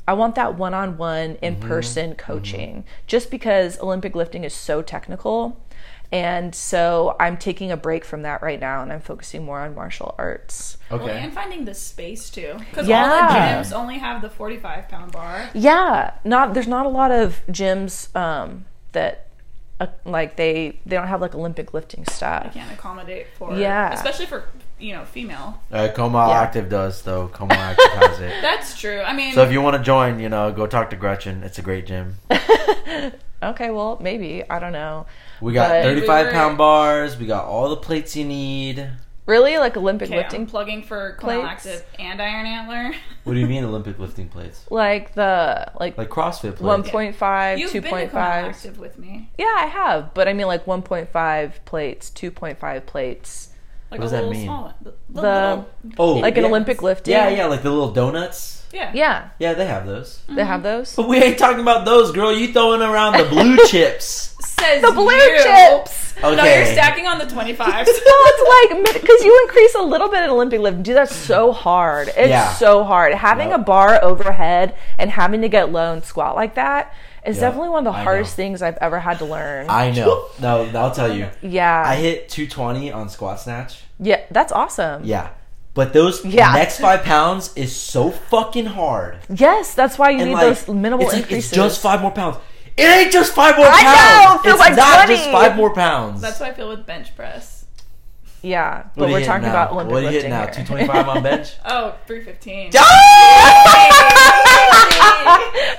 I want that one on one in person coaching just because Olympic lifting is so technical. And so I'm taking a break from that right now and I'm focusing more on martial arts.
Well,
okay.
and finding the space too, because
Yeah.
all the gyms only have the forty-five pound bar.
Yeah, not there's not a lot of gyms um, that uh, like they they don't have like Olympic lifting stuff.
Can't accommodate for
Yeah.
especially for you know female.
Uh, Coma Active does though. Coma Active has it.
[laughs] That's true. I mean,
So if you want to join, you know, go talk to Gretchen. It's a great gym.
Okay, well maybe I don't know.
We got
But-
35 pound bars. We got all the plates you need.
Really, like Olympic
okay, I'm
lifting,
plugging for Clonal
plates?
Active and Iron Antler.
What do you mean Olympic lifting plates?
like the like.
Like CrossFit plates.
1.5,
You've been to Clonal
2.5.
Active with me,
Yeah, I have, but I mean like 1.5 plates, 2.5 plates.
like
What does
a
that
little
mean?
small one. The,
The
the little-
oh,
like an
yeah.
Olympic lifting.
Yeah, yeah, like the little donuts.
yeah,
Yeah,
Yeah, they have those.
Mm-hmm.
they have those.
But we ain't talking about those, girl. You throwing around the blue
[laughs]
chips.
Says
The blue
you.
chips.
Okay.
No, you're stacking on
[laughs]
the twenty-fives.
[laughs]
Well, it's like because you increase a little bit in Olympic lift. Dude, that's so hard. It's
Yeah.
so hard. Having
Yep.
a bar overhead and having to get low and squat like that is
Yep.
definitely one of the
I
hardest
know.
things I've ever had to learn.
I know.
[laughs]
No, I'll tell you.
yeah,
I hit 220 on squat snatch.
yeah, that's awesome.
Yeah. But those
Yeah.
next five pounds is so fucking hard.
Yes, that's why you need those minimal
it's, like, it's
increases.
just five more pounds. It ain't just five more
I know,
pounds.
it feels
it's
like
not
20.
just five more pounds.
That's what I feel with bench press.
yeah,
What
but
are
we're
you
talking
hitting now?
about Olympic
What are you hitting
lifting
now?
here. [laughs]
225 on bench?
Oh, 315.
[laughs]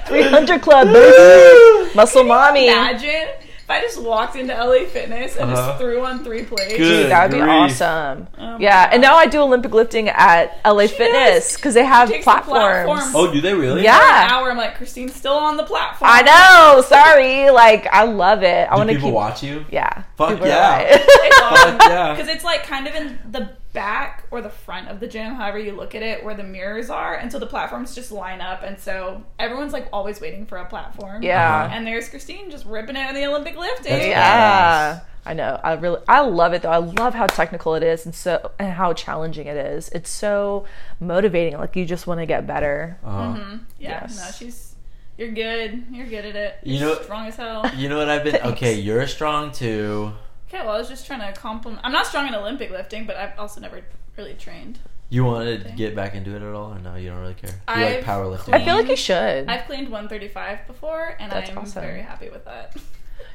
Three hundred club, baby. muscle mommy.
Imagine if I just walked into LA Fitness and
Uh-huh.
just threw on three plates.
Good.
That would be
grief.
awesome.
Oh my
yeah, and
God.
now I do Olympic lifting at LA Fitness because they have
takes the
platforms.
platform.
Oh, do they really?
Yeah.
For an hour, I'm like, Christine's still on the platform.
I know. Sorry. Like I love it. I
Do
want to
people
keep.
watch
[laughs]
you?
Yeah.
Fuck
people are
yeah.
like- [laughs]
It's
[laughs]
awesome.
yeah.
Because it's like kind of in the back or the front of the gym, however you look at it, where the mirrors are. And so the platforms just line up. And so everyone's like always waiting for a platform.
yeah.
And there's Christine just ripping it in the Olympic lifting.
Uh-huh. That's
Yeah. I know. I really. I love it though. I love how technical it is and so and how challenging it is. It's so motivating. Like you just want to get better.
Uh-huh.
Yeah,
Yes.
no, she's. You're good. You're good at it.
You
You're
know-
strong as hell.
[laughs] You know what I've been? Okay, you're strong too.
Okay, well, I was just trying to compliment. I'm not strong in Olympic lifting, but I've also never really trained.
You want to get back into it at all, or no? You don't really care. You
I've
like powerlifting.
I feel like you should,
I've cleaned 135 before, and
That's
I'm
awesome.
very happy
[laughs]
with that.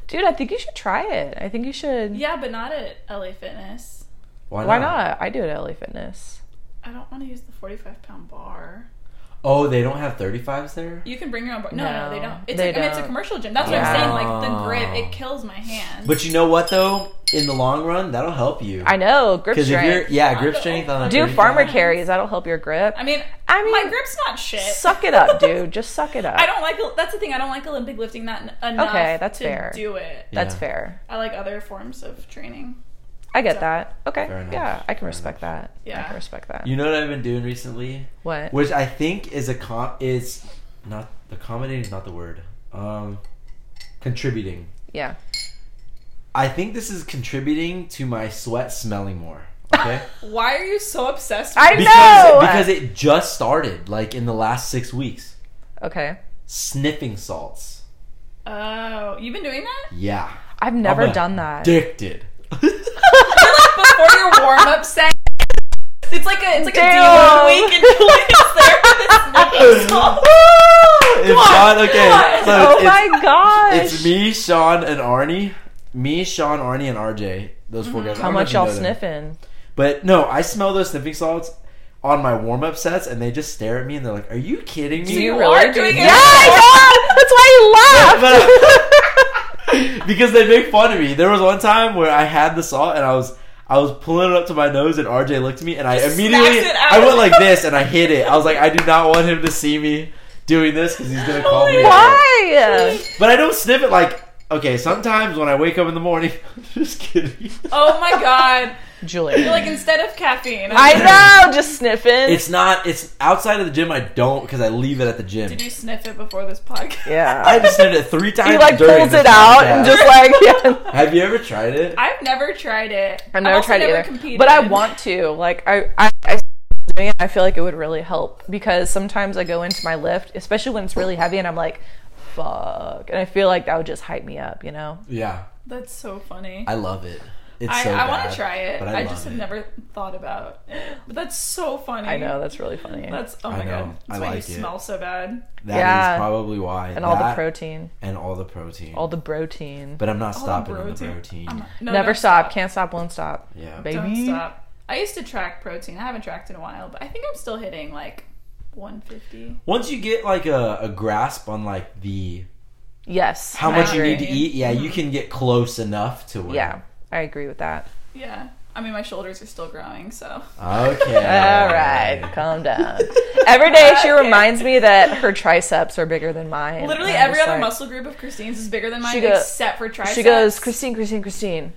dude. I think you should try it. I think you should.
Yeah, but not at LA Fitness.
Why not? I do it at LA Fitness.
I don't want to use the 45 pound bar.
Oh, they don't have 35s there?
You can bring your own. Bar- no, no, they
No,
don't. It's
they
a, I mean, it's a
don't.
commercial gym. That's what I'm saying. Like the grip, it kills my hand.
But you know what, though? In the long run, that'll help you.
I know grip
Because if you're,
strength.
yeah, grip strength on a
Do
35.
farmer carries. That'll help your grip.
I mean,
I mean,
my grip's not shit.
Suck it up, dude. Just suck it up.
[laughs] I don't like. That's the thing. I don't like Olympic lifting that n- enough.
Okay, that's
to
fair.
Do it.
That's
Yeah.
fair.
I like other forms of training.
I get
So-
that. Okay.
Fair enough.
Yeah, I can
Fair
respect that. I
Yeah.
can respect that.
You know what I've been doing recently?
what?
Which I think is a com is not accommodating is not the word. Um, contributing.
Yeah.
I think this is contributing to my sweat smelling more.
[laughs]
Okay.
Why are you so obsessed?
I
with
know.
because it just started like in the last six weeks.
okay.
Sniffing salts.
Oh, you've been doing that
Yeah.
I've never
I'm
done that. [laughs]
Addicted. [laughs]
before your warm up set. It's like a it's like
Damn.
a deload week, and [laughs] Julian's there
[laughs]
with his sniffing salt.
It's Sean. Okay.
on.
So
oh
it's,
my gosh.
it's me, Sean, and Arnie. Me, Sean, Arnie, and RJ. Those four guys. I
Mm-hmm. How
don't know
much
if you
y'all
know them.
sniffing?
But no, I smell those sniffing salts on my warm up sets, and they just stare at me and they're like, "Are you kidding me?"
Do
[laughs]
you
you
really
are doing
do-
it.
Yeah,
[laughs]
I know. That's why you laugh.
[laughs] because they make fun of me. There was one time where I had the salt and I was I was pulling it up to my nose, and RJ looked at me, and I immediately
smacks it out.
I went like this, and I hid it. I was like, I do not want him to see me doing this because he's gonna call me. out.
[laughs]
[laughs]
Why?
But I don't sniff it like. Okay, sometimes when I wake up in the morning, [laughs] just kidding.
Oh
[laughs]
my god!
Julia.
Like instead of caffeine,
I know, just sniffing.
It's not. It's outside of the gym. I don't because I leave it at the gym.
Did you sniff it before this podcast?
yeah.
I just did it
[laughs]
three times.
He like
during
pulls
this
it out
podcast.
and just like [laughs] yeah.
Have you ever tried it?
I've never tried it.
I've never
also
tried it
never
either,
Competed.
but I want to. Like I, I, I started doing it, I feel like it would really help because sometimes I go into my lift, especially when it's really heavy, and I'm like, fuck, and I feel like that would just hype me up, you know?
yeah,
That's so funny.
I love it. It's
I,
so
I want
bad,
to try it.
but
I,
love
just have
it.
never thought about it. But that's so funny.
I know that's really funny,
That's oh
I
my
know.
god.
I
That's why
like
you
it.
smell so bad.
That is
Yeah.
probably why.
and all the
That
protein,
and all the protein.
all the protein.
but I'm not
the
stopping on the
protein.
protein.
I'm- no,
Never
don't
stop. Can't stop. Won't stop.
yeah,
Baby.
Don't stop. I used to track protein. I haven't tracked in a while, but I think I'm still hitting like 150.
once you get like a, a grasp on like the
Yes.
how
I
much you
agree.
need to eat, yeah,
Mm-hmm.
you can get close enough to it.
Yeah, I agree with that.
Yeah. I mean, my shoulders are still growing, so
Okay.
All right, calm
[laughs]
down. Every day she
Okay.
reminds me that her triceps are bigger than mine.
literally
and I'm
every
just
other
like-
muscle group of Christine's is bigger than mine,
She go-
except for triceps.
She goes, Christine, Christine, Christine.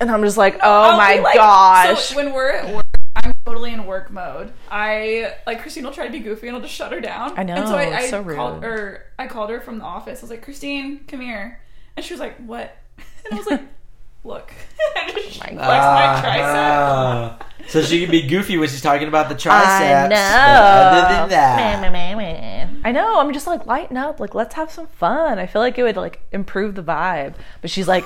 And I'm just like, oh
I'll
my
be like-
gosh.
So when we're at work, I'm totally in work mode. I like Christine will try to be goofy and I'll just shut her down.
I know,
And so I,
it's
I
so
called
rude.
or I called her from the office. I was like, Christine, come here. And she was like, What? [laughs] And I was like, Look. [laughs] And I
Oh
just flexed my tricep.
Ah, ah. so she can be goofy when she's talking about the
I
triceps.
know.
but Other than that,
I know. I'm just like, lighten up. Like, let's have some fun. I feel like it would, like, improve the vibe. But she's
[laughs]
like,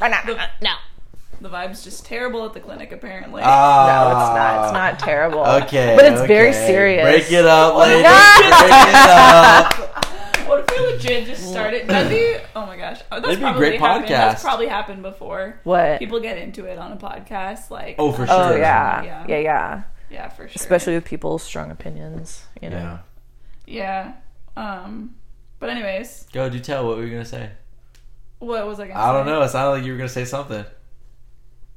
no, no, it's
The vibe's just terrible at the clinic apparently.
Ah.
not. It's not terrible.
Okay.
But it's very
okay.
serious.
Break it up, lady.
no.
Break it up.
[laughs] what if we legit just started that'd be oh my gosh. Oh,
That'd
that's
be a
probably
great
happened. That's
podcast.
probably happened before.
What?
People get into it on a podcast, like
Oh, for sure.
oh, yeah.
Yeah.
yeah. Yeah,
yeah, for sure.
Especially with people's strong opinions, you know?
Yeah.
Yeah. Um but anyways,
Go, do tell. What were you going to say?
what was I gonna
I don't
say?
know. It sounded like you were going to say something.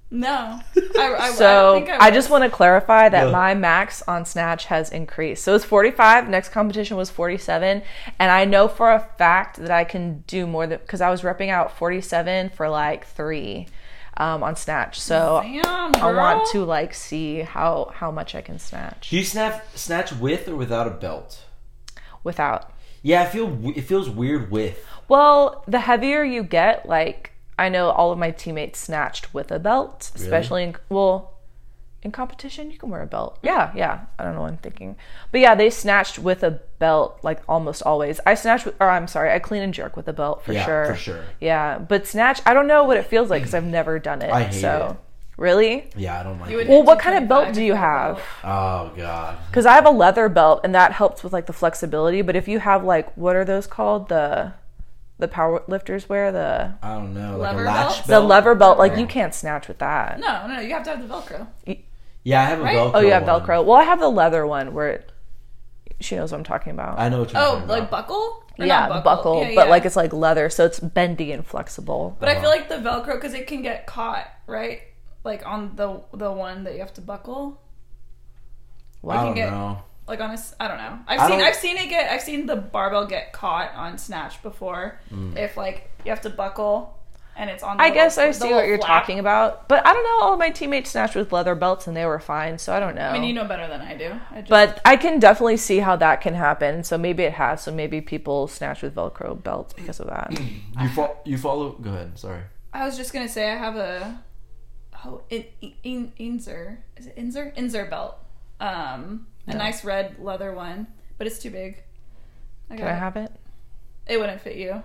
No.
[laughs]
I, I, [laughs]
So
I, think
I,
I,
just want to clarify that
Yeah.
my max on Snatch has increased. So it's 45. Next competition was 47, and I know for a fact that I can do more than because I was repping out 47 for like three um, on Snatch. So
Damn,
I want to
girl.
like see how how much I can snatch
Do you snap, snatch with or without a belt?
without.
Yeah, I feel w- it feels weird with.
Well, the heavier you get, like I know all of my teammates snatched with a belt, especially in well, in competition you can wear a belt. Yeah, yeah. I don't know what I'm thinking. But yeah, they snatched with a belt like almost always. I snatched with, or I'm sorry, I clean and jerk with a belt for
Yeah,
sure.
for sure.
Yeah, but snatch, I don't know what it feels like cuz I've never done it.
I hate
so Really?
Yeah, I don't like
You would-
it.
Well, what kind of
225
belt do you
with a
have?
belt.
Oh, God.
Because I have a leather belt, and that helps with like the flexibility. But if you have like, what are those called? The the power lifters wear the
I don't know. Like
Lever
a latch
belt?
belt?
the
The
lever belt like you can't snatch with that
no, no, no. You have to have the Velcro.
Yeah, I have a
Right?
Velcro.
oh you have
one.
velcro well i have the leather one where it she knows what I'm talking about.
I know what you're
Oh,
talking
like
about.
buckle? Or
yeah,
not
the buckle,
Yeah,
but
yeah.
like it's like leather, so it's bendy and flexible.
But I
Uh-huh.
feel like the Velcro because it can get caught, right? Like on the the one that you have to buckle,
I
you
don't
can
[laughs]
get-
know.
like on a s- I don't know. I've
I
seen
don't-
I've seen it get I've seen the barbell get caught on snatch before.
Mm.
If like you have to buckle, and it's on. The
I guess I
little- the
see
little
what you're
flap.
talking about, but I don't know. All of my teammates snatched with leather belts, and they were fine, so I don't know.
I mean, you know better than I do. I just,
but I can definitely see how that can happen. So maybe it has. So maybe people snatch with Velcro belts because of that.
You, fo- you follow. Go ahead. Sorry.
I was just gonna say I have a oh in, in, Inzer is it Inzer Inzer belt, um, a nice red leather one, but it's too big. I got
Can I
it.
have it?
it wouldn't fit you.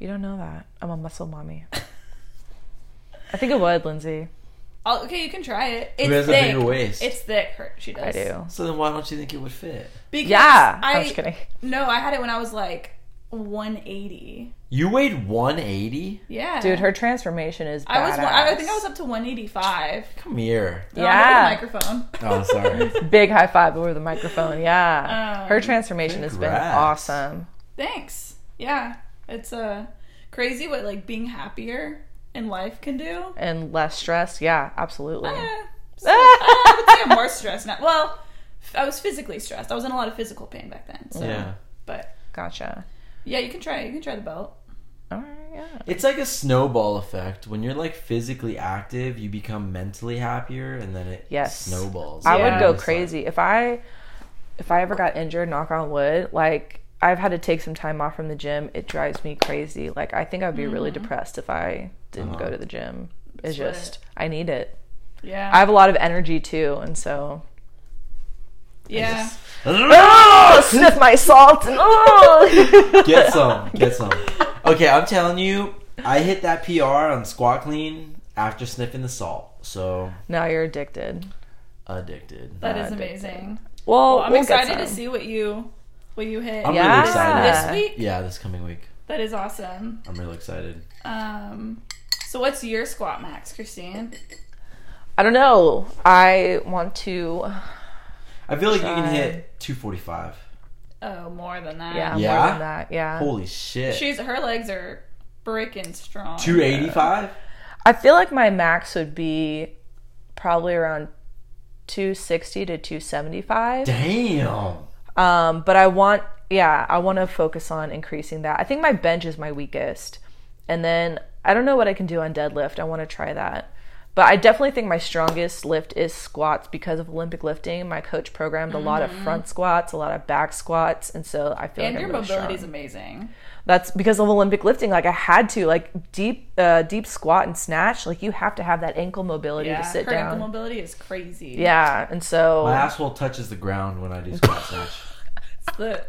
You don't know that. I'm a muscle mommy. I think it would, Lindsay.
I'll, okay, you can try it. It's
Who has a
thick.
bigger waist?
It's thick. Her, she does.
I do.
So then why don't you think it would fit?
Because
Yeah. I, am
I
just kidding.
no, I had it when I was like 180.
You weighed 180?
Yeah,
Dude, her transformation is badass.
I was. I think I was up to Oh, 185.
Come [laughs] here.
They're on
Yeah.
the microphone.
Oh, sorry.
Big high five over the microphone. Yeah.
Um,
her transformation has been
congrats.
awesome.
Thanks. Yeah, it's uh crazy what like being happier in life can do.
And less stress. Yeah, absolutely.
Eh, so-
[laughs]
I would say I'm more stressed now. Well, f- I was physically stressed. I was in a lot of physical pain back then.
[laughs]
So,
yeah.
but
Gotcha.
yeah, you can try. You can try the belt.
All right, yeah.
It's like a snowball effect. When you're like physically active, you become mentally happier, and then it
Yes.
snowballs.
I
Yeah.
would go
It's like-
crazy if I if I ever got injured. Knock on wood. Like I've had to take some time off from the gym. It drives me crazy. Like I think I'd be really depressed if I didn't
Uh-huh.
go to the gym. It's
Mm-hmm. Sweat.
just I need it.
Yeah.
I have a lot of energy too, and so
yeah.
[laughs]
oh, [laughs] sniff my salt. And, oh.
Ah! Get some. Get some. Okay, I'm telling you, I hit that PR on squat clean after sniffing the salt. So
now you're addicted.
addicted.
that is
addicted.
amazing.
Well,
Well, I'm
we'll get
excited to
some.
see what you what you hit
I'm
Yeah.
really excited.
this week.
Yeah, this coming week.
That is awesome.
I'm really excited.
Um, so what's your squat max, Christine?
I don't know. I want to.
I feel like you
Try.
can hit 245.
Oh, more than that.
Yeah, more
Yeah?
than that. Yeah.
Holy shit.
She's her legs are freaking strong.
285?
I feel like my max would be probably around 260 to 275.
Damn.
Um, but I want, yeah, I want to focus on increasing that. I think my bench is my weakest. And then I don't know what I can do on deadlift. I want to try that. But I definitely think my strongest lift is squats because of Olympic lifting. My coach programmed a lot of front squats, a lot of back squats, and so I feel like
Mm-hmm. And your
I'm really
mobility is
strong.
amazing.
That's because of Olympic lifting. Like I had to, like deep, uh, deep squat and snatch. Like you have to have that ankle mobility
Yeah,
to sit
her
down.
ankle mobility is crazy.
yeah, and so
[laughs]
My asshole touches the ground when I do squat snatch.
The-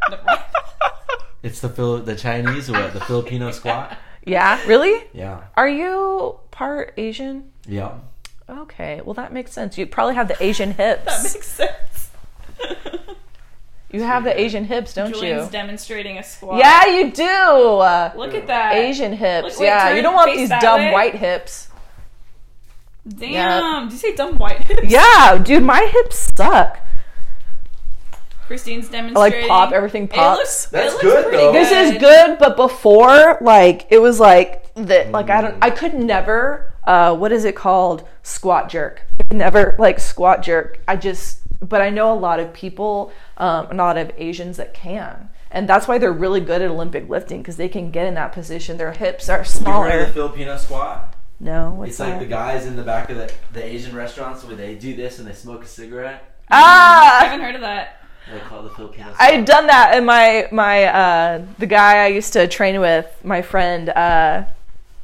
[laughs]
It's the Phil- the Chinese or what? The Filipino squat?
yeah, really.
Yeah.
Are you part Asian?
Yeah.
Okay, well that makes sense. You probably have the Asian hips.
[laughs] that
[laughs]
makes sense.
you have the Asian hips, don't
Julian's
you?
demonstrating a squat.
yeah, you do. Uh,
Look at that.
Asian hips.
Look, wait,
yeah,
turn
you don't want
face
these
that
dumb
way.
white hips.
Damn.
Yeah.
Did you say dumb white hips?
Yeah, dude, my hips suck.
Christine's
I
demonstrating.
like pop, everything pops.
It looks,
That's
it looks
good,
pretty
though.
This is good, but before, like, it was like that. Like, I
Mm.
don't, I could never. Uh, what is it called? Squat jerk. Never like squat jerk. I just, but I know a lot of people, um, a lot of Asians that can, and that's why they're really good at Olympic lifting because they can get in that position. Their hips
You
are
heard of the
smaller.
Filipino squat?
No, what's
It's
that?
like the guys in the back of the, the Asian restaurants where they do this and they smoke a cigarette.
I
ah.
haven't heard of that.
They call it the Filipino squat.
I had done that, and my my uh, the guy I used to train with, my friend, uh,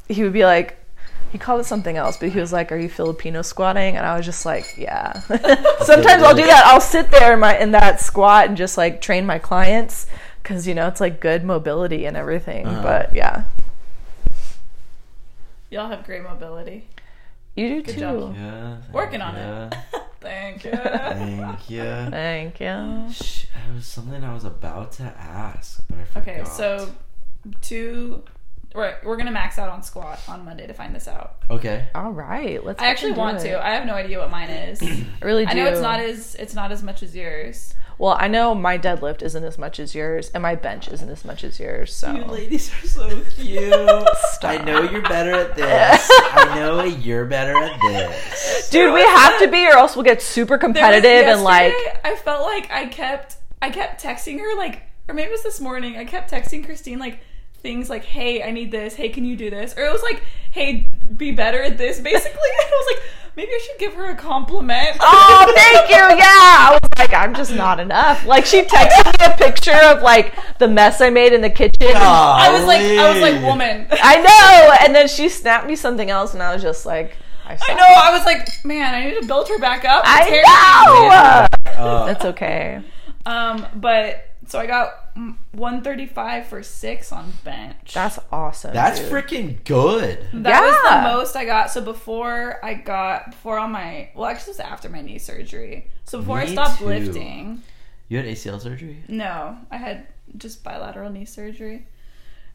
he would be like, he called it something else, but he was like, "Are you Filipino squatting?" And I was just like, "Yeah." [laughs] Sometimes I'll do that. I'll sit there in my in that squat and just like train my clients because you know it's like good mobility and everything. But yeah,
Y'all have great mobility.
you do too.
job.
Yeah, thank
Working on
ya.
Thank
[laughs]
you.
Thank
[laughs]
you.
Thank you.
Sh- It was something I was about to ask, but I forgot.
okay, so two we're, we're gonna max out on squat on Monday to find this out.
Okay.
All right, let's.
I actually
fucking do
want
it.
to. I have no idea what
[clears throat]
mine is.
I really do.
I know it's not as it's not as much as yours.
well, I know my deadlift isn't as much as yours, and my bench isn't as much as yours. So
ladies are [laughs] so
You. I know you're better at this. I know you're better at this.
Dude, we have to be, or else we'll get super competitive and like.
I felt like I kept I kept texting her like or maybe it was this morning I kept texting Christine like things like hey I need this hey can you do this or it was like hey be better at this basically [laughs] and I was like maybe I should give her a compliment
Oh, thank you. Yeah, I was like, I'm just not enough. Like she texted me a picture of like the mess I made in the kitchen.
I was like I was like woman I,
I know, and then she snapped me something else, and I was just like, I, suck.
know [laughs] I was like man I need to build her back up It's hard.
I know. That's okay.
um but so I got mm, 135 for six on bench
That's awesome.
That's
dude.
freaking good.
That
Yeah.
was the most I got. So before I got before all my well, actually it was after my knee surgery. So before I
Me
stopped
too.
lifting,
You had ACL surgery?
no, I had just bilateral knee surgery.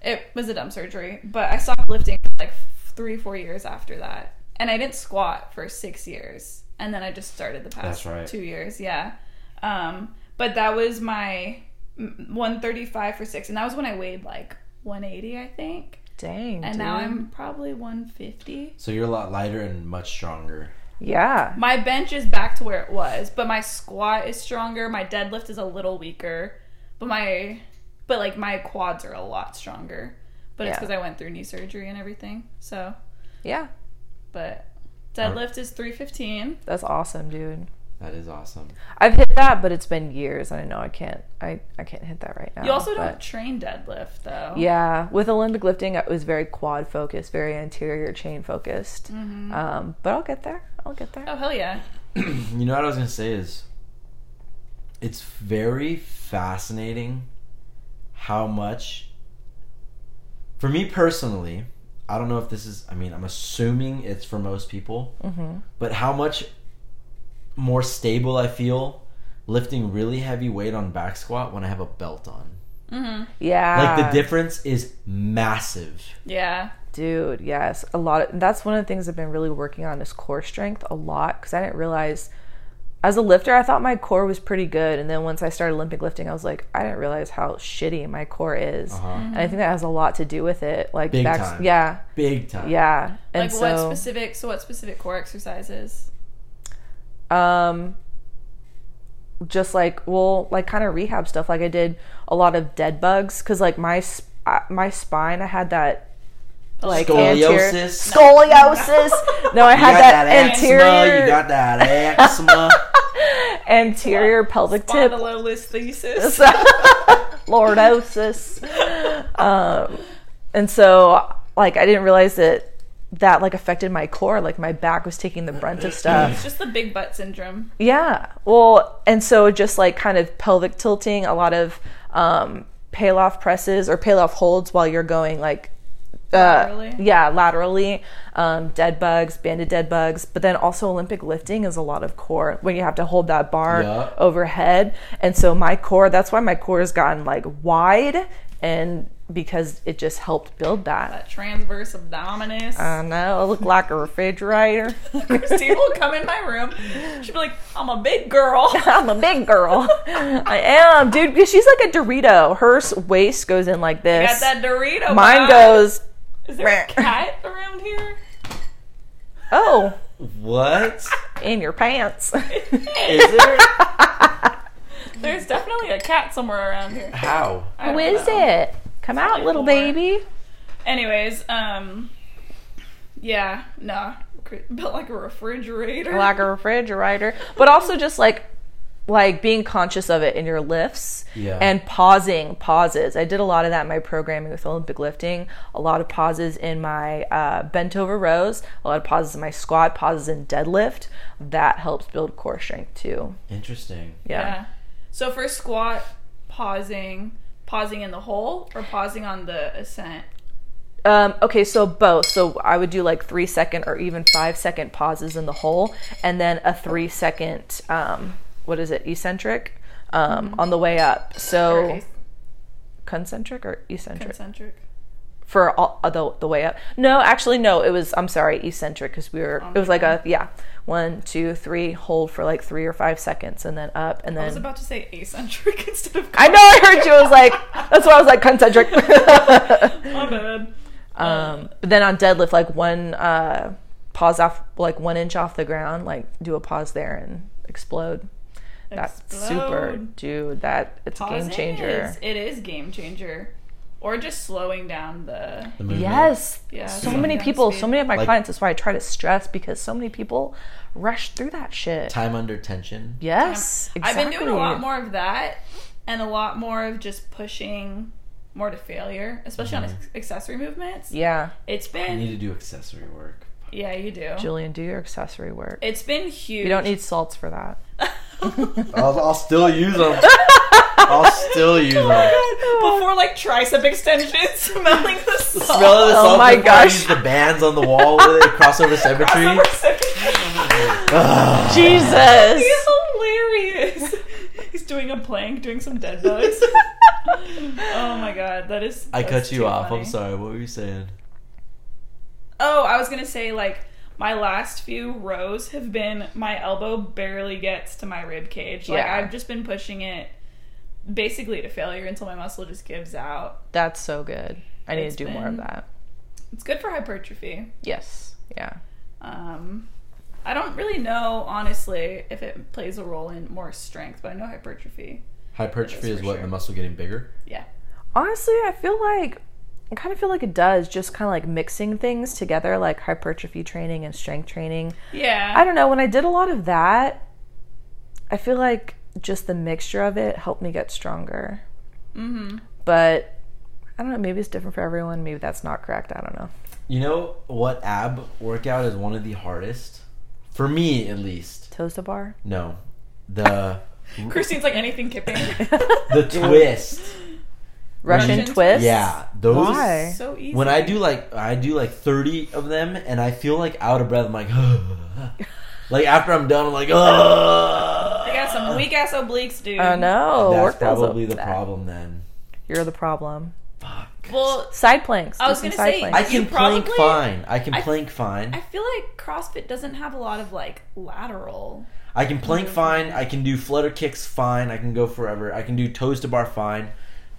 It was a dumb surgery, but I stopped lifting for like three four years after that, and I didn't squat for six years, and then I just started the past
That's right.
two years. Yeah, um, but that was my one thirty five for six, and that was when I weighed like one eighty, I think,
Dang.
and
dude.
now I'm probably one fifty.
So you're a lot lighter and much stronger.
yeah.
My bench is back to where it was, but my squat is stronger. My deadlift is a little weaker, but my but like my quads are a lot stronger. But it's
Yeah.
because I went through knee surgery and everything. So,
Yeah.
but deadlift is three fifteen.
That's awesome, dude.
That is awesome.
I've hit that, but it's been years, and I know I can't. I I can't hit that right now.
You also don't
Oh, but-
train deadlift though.
Yeah, with Olympic lifting, it was very quad focused, very anterior chain focused. Um, but I'll get there. I'll get there.
Mm-hmm. Oh hell yeah!
You know what I was gonna say is, it's very fascinating how much. For me personally, I don't know if this is. I mean, I'm assuming it's for most people,
Mm-hmm.
but how much more stable I feel lifting really heavy weight on back squat when I have a belt on.
Yeah,
Like the difference is massive.
Yeah,
dude. Yes, a lot. Of, that's one of the things I've been really working on is core strength a lot because I didn't realize. As a lifter, I thought my core was pretty good, and then once I started Olympic lifting, I was like, I didn't realize how shitty my core is, and I think that has a lot to do with it. Like,
Uh-huh. Big
backs-
time.
yeah,
Big time.
yeah. And
like what
so,
specific? So what specific core exercises?
um just like well like kind of rehab stuff like i did a lot of dead bugs because like my sp- uh, my spine i had that like anterior-
Scoliosis.
scoliosis no i
You
had
got
that,
that, anterior.
anterior
Eczema, you got
[laughs]
that eczema.
anterior pelvic tip [laughs]
Spondylolisthesis.
lordosis um and so like i didn't realize that that like affected my core like my back was taking the brunt of stuff
It's just the big butt syndrome.
Yeah. Well, and so just like kind of pelvic tilting, a lot of um, payoff presses or payoff holds while you're going like, uh,
Laterally?
yeah, laterally, um, dead bugs, banded dead bugs. But then also Olympic lifting is a lot of core when you have to hold that bar
Yeah.
overhead. And so my core, that's why my core has gotten like wide and because it just helped build that.
That transverse abdominis.
I know, I look like a refrigerator.
[laughs] Christine will come in my room. She'll be like, I'm a
[laughs]
big girl.
I'm a big girl. I am, dude. Because she's like a Dorito. Her s- waist goes in like this.
Got that Dorito.
Mine
vibe.
goes.
Is there a cat
[laughs]
around here?
Oh,
What?
in your pants. [laughs]
Is there?
There's definitely a cat somewhere around here.
How?
I
Who
don't
is
know.
it? Come out, little baby.
Anyways, um, yeah, nah, Cr- built like a refrigerator.
Like a refrigerator, but also just like like being conscious of it in your lifts
Yeah.
and pausing pauses. I did a lot of that in my programming with Olympic lifting. A lot of pauses in my uh, bent over rows. A lot of pauses in my squat. Pauses in deadlift. That helps build core strength too.
Interesting.
yeah.
Yeah. So for squat, pausing, pausing in the hole or pausing on the ascent.
Um, okay, so both. So I would do like three second or even five second pauses in the hole, and then a three second, um, what is it, eccentric
Mm-hmm.
um, on the way up. So
Or
concentric or eccentric?
Concentric.
for all uh, the, the way up. No, actually, no. It was I'm sorry, eccentric because we were. It was like a yeah, one, two, three, hold for like three or five seconds, and then up, and
I was
then.
about to say eccentric [laughs] instead of.
I know I heard you. I was like, that's why I was like concentric. [laughs]
My bad.
um, but then on deadlift, like one uh, pause off, like one inch off the ground, like do a pause there and explode. That's super,
Explode.
dude. That it's a game
Pause
changer.
is- It is game changer, or just slowing down the.
The movement.
Yes.
Yeah,
So
slow
many
down
people,
speed.
so many of my
Like-
clients, that's why I try to stress because so many people rush through that shit.
Time under tension.
Yes. Exactly.
I've been doing a lot more of that, and a lot more of just pushing more to failure, especially on ac- accessory movements.
Mm-hmm. Yeah.
It's
You
been
need to do accessory work.
yeah, you do.
Julian, do your accessory work.
It's been huge.
You
[laughs]
don't need salts for that.
I'll, I'll still use them. I'll still use them.
before like tricep extensions, [laughs] smelling
[laughs]
the salt.
Smell of the
Oh
salt
my
before I
gosh.
use the bands on the wall with it. Crossover symmetry. Ugh.
Jesus.
[laughs] He's hilarious. He's doing a plank, doing some
[laughs]
dead bugs. [laughs] oh my god, that is.
I
that's
cut you
too
off.
funny.
I'm sorry. What were you saying?
Oh, I was gonna say like my last few rows have been my elbow barely gets to my rib cage. Like
Yeah.
I've just been pushing it basically to failure until my muscle just gives out.
That's so good. I need
It's
to do more of
been-
that.
It's good for hypertrophy.
Yes. Yeah.
Um, I don't really know honestly if it plays a role in more strength, but I know hypertrophy.
Hypertrophy
That's
is
for
what
sure.
the muscle getting bigger.
Yeah.
Honestly, I feel like I kind of feel like it does just kind of like mixing things together like hypertrophy training and strength training.
Yeah.
I don't know. When I did a lot of that, I feel like just the mixture of it helped me get stronger. Mm-hmm. But I don't know. Maybe it's different for everyone. Maybe that's not correct. I don't know.
You know what ab workout is one of the hardest? For me, at least.
Toes to
[laughs]
bar.
No. The
Christine's like
[laughs]
anything kipping.
the twist.
Russian
Russian
twist.
Yeah. Those
Why?
so easy.
when I do like I do like thirty of them, and I feel like out of breath. I'm like, like [laughs] after I'm done, I'm like,
I got some weak ass obliques, dude.
Oh no.
That's
Work those
probably
up.
the problem then.
You're the problem.
Fuck.
Well,
Side planks.
I
Do
was
some
gonna
side
say-
planks.
I can
you probably-
plank fine. I can
I-
plank fine.
I
I,
feel like CrossFit doesn't have a lot of like lateral.
can plank fine. I can do flutter kicks fine. I can go forever. I can do toes to bar fine.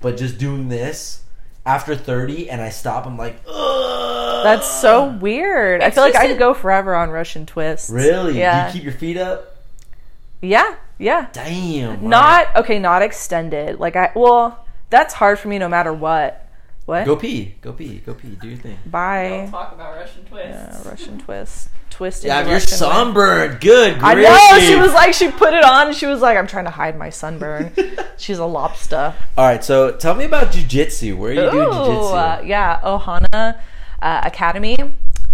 But just doing this after thirty, and I stop. I'm like, ugh.
That's so weird. I
It's
feel like
just
I could
a-
go forever on Russian twists.
really. Do
Yeah.
you keep your feet up?
yeah. Yeah.
Damn. like,
Not okay. Not extended. Like I. Well, that's hard for me no matter what. What?
Go pee. Go pee. Go pee. Do your thing.
Bye.
Talk about Russian twists.
Uh, Russian twist. Twist. in
Yeah,
the
you're
Russian way.
sunburned. Good.
I
grief.
know. She was like, she put it on. And she was like, I'm trying to hide
[laughs]
my sunburn. She's a lobster.
All right, so tell me about jujitsu. Where are you doing
Ooh, uh,
jujitsu?
yeah, Ohana uh, Academy,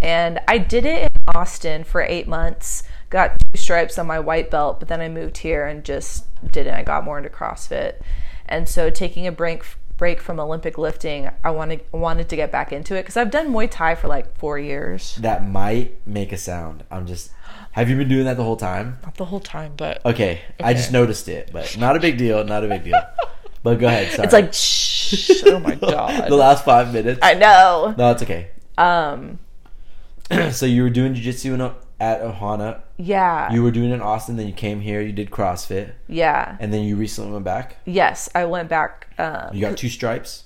and I did it in Austin for eight months. Got two stripes on my white belt, but then I moved here and just didn't. I got more into CrossFit, and so taking a break break from Olympic lifting, I wanted wanted to get back into it because I've done Muay Thai for like four years,
That might make a sound. I'm just. Have you been doing that the whole time?
not the whole time, but
Okay, I just noticed it, but not a big deal. Not a big
[laughs]
deal. But go ahead. Sorry.
it's like, shh, [laughs]
[laughs]
oh my god,
the last five minutes.
I know.
no, it's okay. [clears throat]
Um,
so you were doing jujitsu in O- at Ohana.
yeah,
You were doing it in Austin. Then you came here. You did CrossFit,
yeah,
and then you recently went back.
yes. I went back. Um,
You got two stripes.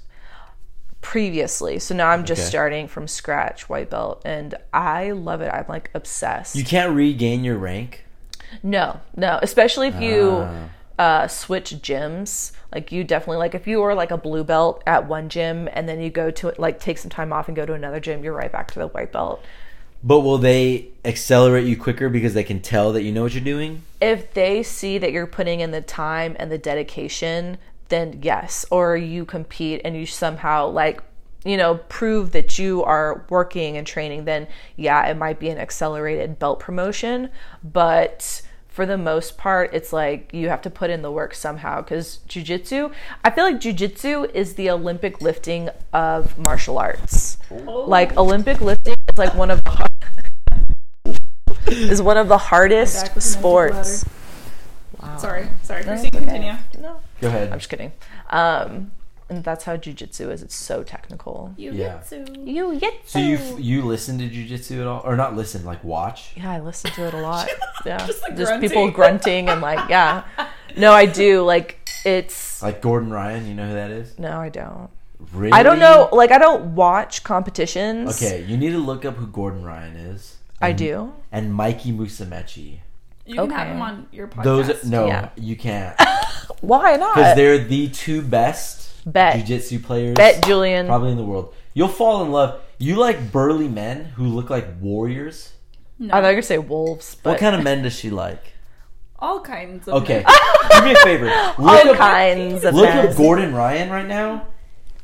previously. So now I'm just
Okay.
starting from scratch, white belt, and I love it. I'm like obsessed.
You can't regain your rank.
no, no, especially if you
Ah.
uh, switch gyms. Like you definitely like if you were like a blue belt at one gym and then you go to like take some time off and go to another gym, you're right back to the white belt.
But will they accelerate you quicker because they can tell that you know what you're doing?
If they see that you're putting in the time and the dedication, then yes, or you compete and you somehow like you know prove that you are working and training then yeah it might be an accelerated belt promotion but for the most part it's like you have to put in the work somehow cuz jiu-jitsu I feel like jiu-jitsu is the olympic lifting of martial arts like olympic lifting is like one of the har- is one of the hardest
Back with an empty
sports
Oh. bladder. Sorry, sorry. Christine, continue.
no
Go ahead.
I'm just kidding. Um, and that's how jujitsu is. It's so technical.
You
Yeah.
too.
You get
So you f- you listen to jujitsu at all, or not listen, like watch?
Yeah, I listen to it a
[laughs]
lot. Yeah,
Just, like,
there's people
grunting.
grunting and like, yeah. No, I do. Like, it's
Like Gordon Ryan, you know who that is?
no, I don't.
Really?
I don't know. Like, I don't watch competitions.
Okay, um, you need to look up who Gordon Ryan is
I do.
and Mikey Musumeci.
You can have
Okay.
them on your podcast.
Those no,
yeah.
you
[laughs]
can't
Why
because
not?
they're the two best
Bet.
jujitsu players
Bet Julian.
probably in the world. You'll fall in love. You like burly men who look like warriors.
I thought you were gonna say wolves. But
What kind of men does she like?
all kinds
[laughs]
of
Okay, do me a favor. [laughs] Look
all
up,
kinds of
look
men.
up Gordon Ryan right now.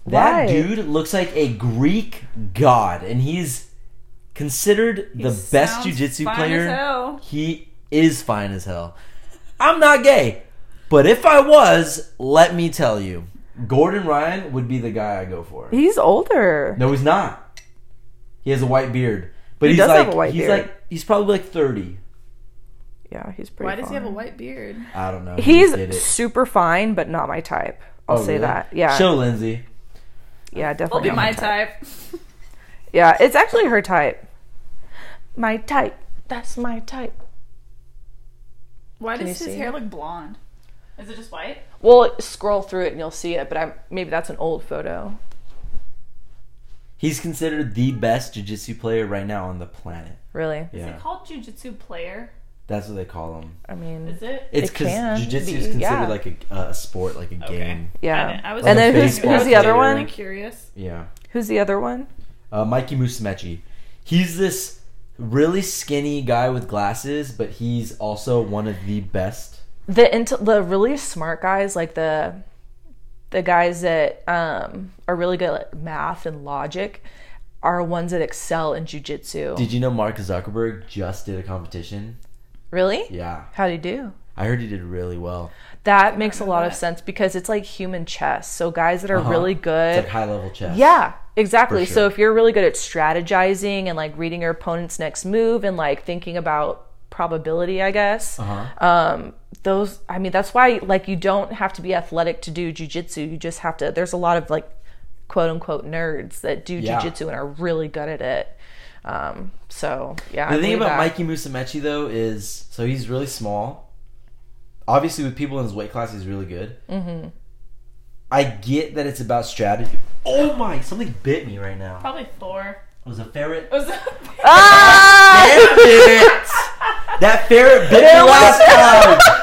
That
Why?
dude looks like a Greek god, and he's considered the best
sounds
jujitsu
fine
player.
as hell.
He is fine as hell. I'm not gay, but if I was, let me tell you, Gordon Ryan would be the guy I go for.
He's older.
No, he's not. He has a white beard, but
He
he's
does
like
have a white
he's
beard.
like he's probably like thirty.
Yeah, he's pretty.
Why does he have a
fine.
white beard?
I don't know. did
He's
it.
super fine, but not my type. I'll
Oh,
say
really?
that. Yeah,
Show Lindsay.
yeah,
Will
definitely.
be
not my
my
type.
type.
Yeah, it's actually her type. My type. That's my type.
Why
Can
does
you
his
see?
hair look blonde? Is it just white?
We'll scroll through it and you'll see it, but I'm, maybe that's an old photo.
He's considered the best jiu-jitsu player right now on the planet.
Really?
Yeah,
Called jujitsu player.
that's what they call him.
I mean,
Is it?
It's
It
because
can
jiu-jitsu
be,
is considered
yeah.
like a, a sport, like a game.
yeah.
I, didn't- I was.
and
Like
then
a
who's
baseball
who's the other
player.
one?
curious.
Yeah.
Who's the other one?
uh, Mikey Musumeci. He's this really skinny guy with glasses, but he's also one of the best.
The int- the really smart guys, like the the guys that um, are really good at math and logic, are ones that excel in jujitsu.
Did you know Mark Zuckerberg just did a competition?
really?
Yeah,
How do you do?
I heard he did really well.
That makes a lot of sense because it's like human chess. So guys that are really
It's
good
like high level chess.
Yeah, exactly.
For
So
sure.
if you're really good at strategizing and like reading your opponent's next move and like thinking about probability, I guess.
Uh-huh.
Um, those, I mean, that's why like you don't have to be athletic to do jujitsu. You just have to. There's a lot of like quote unquote nerds that do
Yeah.
jujitsu and are really good at it. Um, so yeah, I
The thing
believe
about
that.
Mikey Musumeci though is so he's really small. Obviously, with people in his weight class, he's really good. Mm-hmm. I get that it's about strategy. Oh my! Something bit me right now.
Probably Thor.
It was a ferret.
Was
[laughs]
Ah!
Damn it! That ferret bit me last time.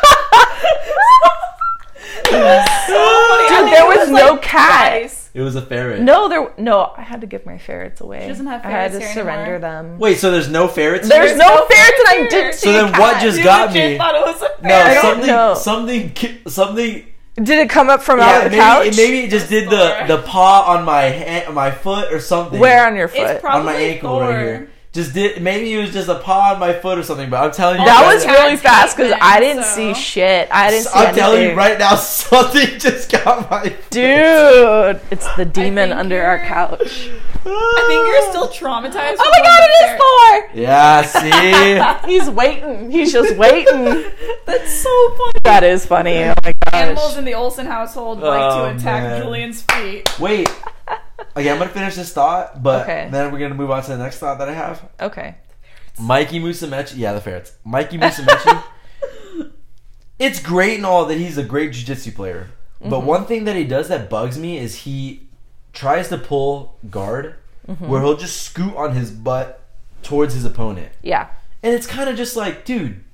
Dude, there was no cat.
It was a ferret.
No, there. No, I had to give my ferrets away.
She doesn't have
I had to
ferrets here
surrender
anymore.
them.
Wait, so there's no ferrets?
There's,
here?
no, ferrets, and I did
ferrets.
see.
So then
a
what
cat.
just got me?
thought it was a
No,
ferret.
don't
something,
know.
something, ki- something.
Did it come up from out
Yeah,
the
maybe,
couch?
it- maybe it just did the the paw on my hand, my foot, or something.
Where on your
It's
foot?
probably
on my ankle
Thor.
right here. Just did. Maybe it was just a paw on my foot or something. But I'm telling you,
that
right
was
now-
Cats
really
hate
fast because
them,
I didn't
so-
see shit. I didn't see
I'm telling you
anything.
right now, [laughs] something just got my.
Dude, it's the demon
think
under our
you're- [laughs]
couch.
I think you're still traumatized.
Oh my god, it is
[laughs]
Yeah. See.
Thor! He's waiting. He's just waiting.
[laughs] That's so funny.
that is funny. Oh my
Animals
gosh.
in the Olsen household like
Oh,
to attack
man.
Julian's feet.
Wait. Okay, I'm gonna finish this thought, but
Okay.
then we're gonna move on to the next thought that I have.
Okay.
Mikey Musumeci, yeah, the ferrets. Mikey Musumeci. it's great and all that he's a great jiu-jitsu player, but one thing that he does that bugs me is he tries to pull guard, where he'll just scoot on his butt towards his opponent,
Yeah.
and it's kind of just like, dude,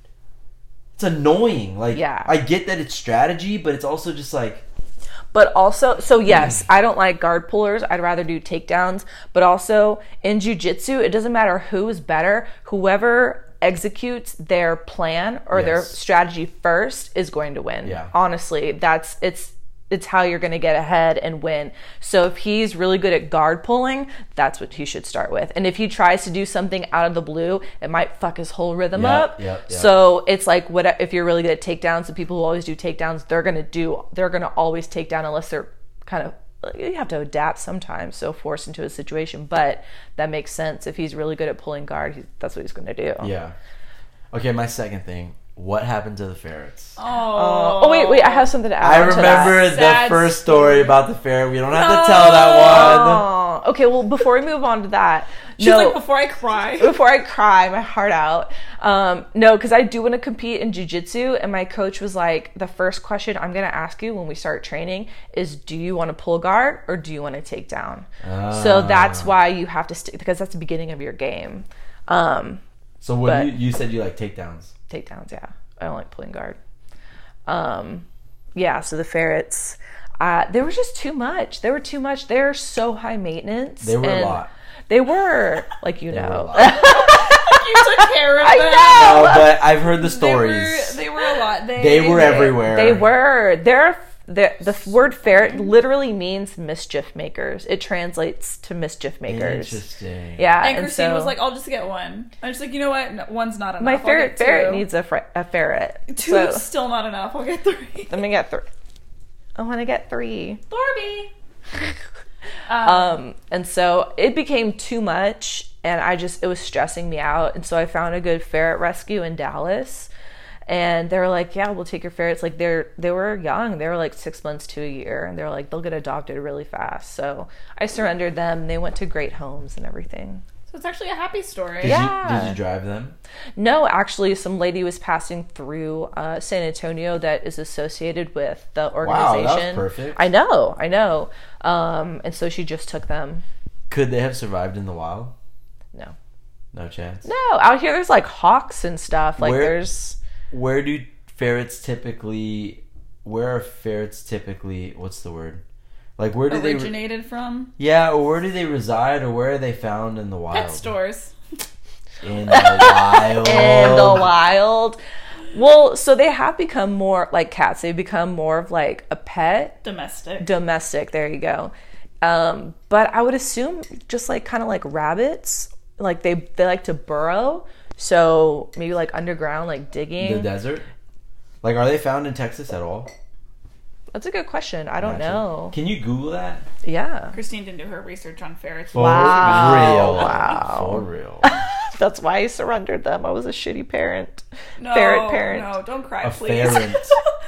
it's annoying. Like,
Yeah.
I get that it's strategy, but it's also just like,
But also, so yes, I don't like guard pullers. I'd rather do takedowns. But also in jujitsu, it doesn't matter who is better. Whoever executes their plan or their
Yes.
strategy first is going to win.
Yeah.
Honestly, that's it's it's how you're going to get ahead and win. So if he's really good at guard pulling, that's what he should start with. And if he tries to do something out of the blue, it might fuck his whole rhythm
Yep,
up.
yep, yep.
So so it's like what if you're really good at takedowns, the people who always do takedowns, they're gonna do they're gonna always take down unless they're kind of you have to adapt sometimes, so forced into a situation. But that makes sense. If he's really good at pulling guard, he's, that's what he's gonna do.
yeah. Okay, my second thing. What happened to the ferrets?
Oh.
Uh, oh wait, wait, I have something to add.
I
on to that.
remember the
Sad
first story about the ferret. We don't have to
No.
tell that one.
Oh, okay, well, before we move on to that,
She's
no,
like before I cry.
before I cry my heart out, um, no, because I do want to compete in jujitsu, and my coach was like, the first question I'm going to ask you when we start training is, do you want to pull guard or do you want to take down?
Ah.
So that's why you have to stick because that's the beginning of your game. Um,
So what
But-
you, you said you like takedowns.
takedowns. Yeah, I don't like pulling guard. Um, yeah. So the ferrets, uh, there was just too much. They were too much. They're so high maintenance.
They were a
and
lot.
They were like you
They were a
know.
lot.
[laughs]
you took care of
I
them.
know.
No, but I've heard the
They were,
stories.
they were a lot. They,
They were everywhere.
They were. They're, they're the word ferret literally means mischief makers. It translates to mischief makers.
Interesting.
Yeah.
And Christine
so
was like, "I'll just get one." I'm just like, "You know what? No, one's not enough.
my
I'll get
ferret
two.
ferret
[laughs]
needs a, fr- a ferret.
two.
So
is still not enough. I'll
[laughs]
get three.
let me get three. I want to get three. [laughs]
Barbie.
um, and so it became too much and i just it was stressing me out and so i found a good ferret rescue in dallas and they were like yeah we'll take your ferrets like they're they were young they were like six months to a year and they were like they'll get adopted really fast so i surrendered them they went to great homes and everything
So it's actually a happy story.
Did, you, did
Yeah.
you drive them?
no actually some lady was passing through uh, san antonio that is associated with the
that was
organization
perfect.
i know i know um, and so she just took them
Could they have survived in the wild?
No.
No chance.
No, out here there's like hawks and stuff. Like
Where-
there's
Where do ferrets typically? Where are ferrets typically? What's the word? Like where do they? Re-
Originated from
yeah, or where do they reside, or where are they found in the wild?
pet stores.
[laughs]
In the wild.
in the
Oh.
wild. Well, so they have become more like cats. They've become more of like a pet,
Domestic.
domestic. There you go. Um, but I would assume just like kind of like rabbits, like they they like to burrow. So maybe like underground, like
The
digging.
desert. Like, are they found in Texas at all?
That's a good question. I don't
Actually,
know.
Can you Google that?
Yeah,
Christine didn't do her research on ferrets.
For
Wow.
real.
Wow.
For
[laughs]
real.
that's why I surrendered them. I was a shitty parent. [laughs]
no,
ferret parent.
No, don't cry,
A
please.
ferret.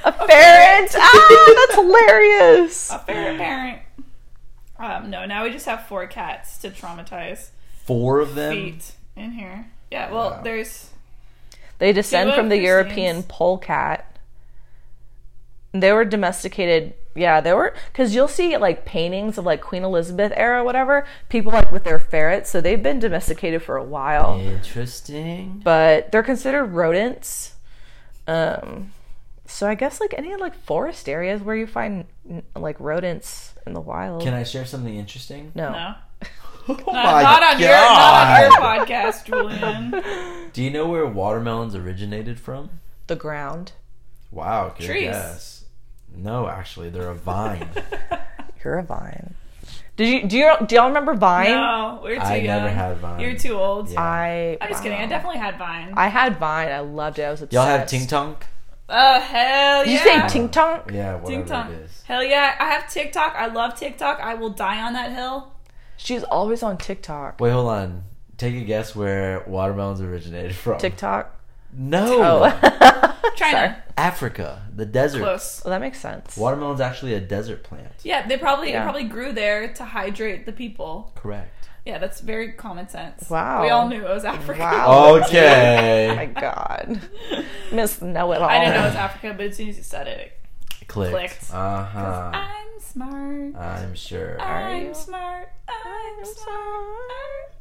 A ferret. ah, that's hilarious.
[laughs] a ferret parent. Um, no, now we just have four cats to traumatize.
Four of them.
Mm.
Feet in here. Yeah. Well,
Wow.
there's
They descend
Two
from
of
the
Christine's.
European polecat. They were domesticated. Yeah, they were because you'll see like paintings of like Queen Elizabeth era, whatever. People like with their ferrets, so they've been domesticated for a while.
Interesting.
But they're considered rodents. Um, so I guess like any like forest areas where you find n- like rodents in the wild.
Can I share something interesting?
no.
no.
[laughs] Oh
Not, not on your not on your
[laughs]
podcast, Julian.
Do you know where watermelons originated from?
the ground.
Wow, good
Trees.
guess. No, actually, they're a
[laughs]
vine.
You're a vine. Did you do you do y'all remember vine?
No, we're too
I
young.
never had vine.
You're too old.
Yeah.
I.
I'm just kidding. I
wow.
definitely had Vine.
I had Vine. I loved it. I was obsessed.
Y'all have ting tonk?
oh hell yeah!
Did you say Tink Tonk?
Yeah, whatever
TikTok.
it is.
Hell yeah! I have TikTok. I love TikTok. I will die on that
[laughs]
hill.
She's always on TikTok.
Wait, hold on. Take a guess where watermelons originated from.
TikTok.
No,
Oh, [laughs] Sorry.
China,
[laughs] Africa, the desert.
close.
Well, that makes sense.
Watermelon's actually a desert plant.
Yeah, they probably
Yeah.
They probably grew there to hydrate the people.
Correct.
Yeah, that's very common sense.
Wow.
we all knew it was Africa.
Wow. Oh my
Okay.
God, [laughs] Miss Know It All.
[laughs] I didn't know it
[laughs]
was Africa, but as soon as you said it,
Clicked.
[laughs] Clicked.
Uh huh.
I'm smart.
I'm sure.
I'm
you?
smart. I'm smart.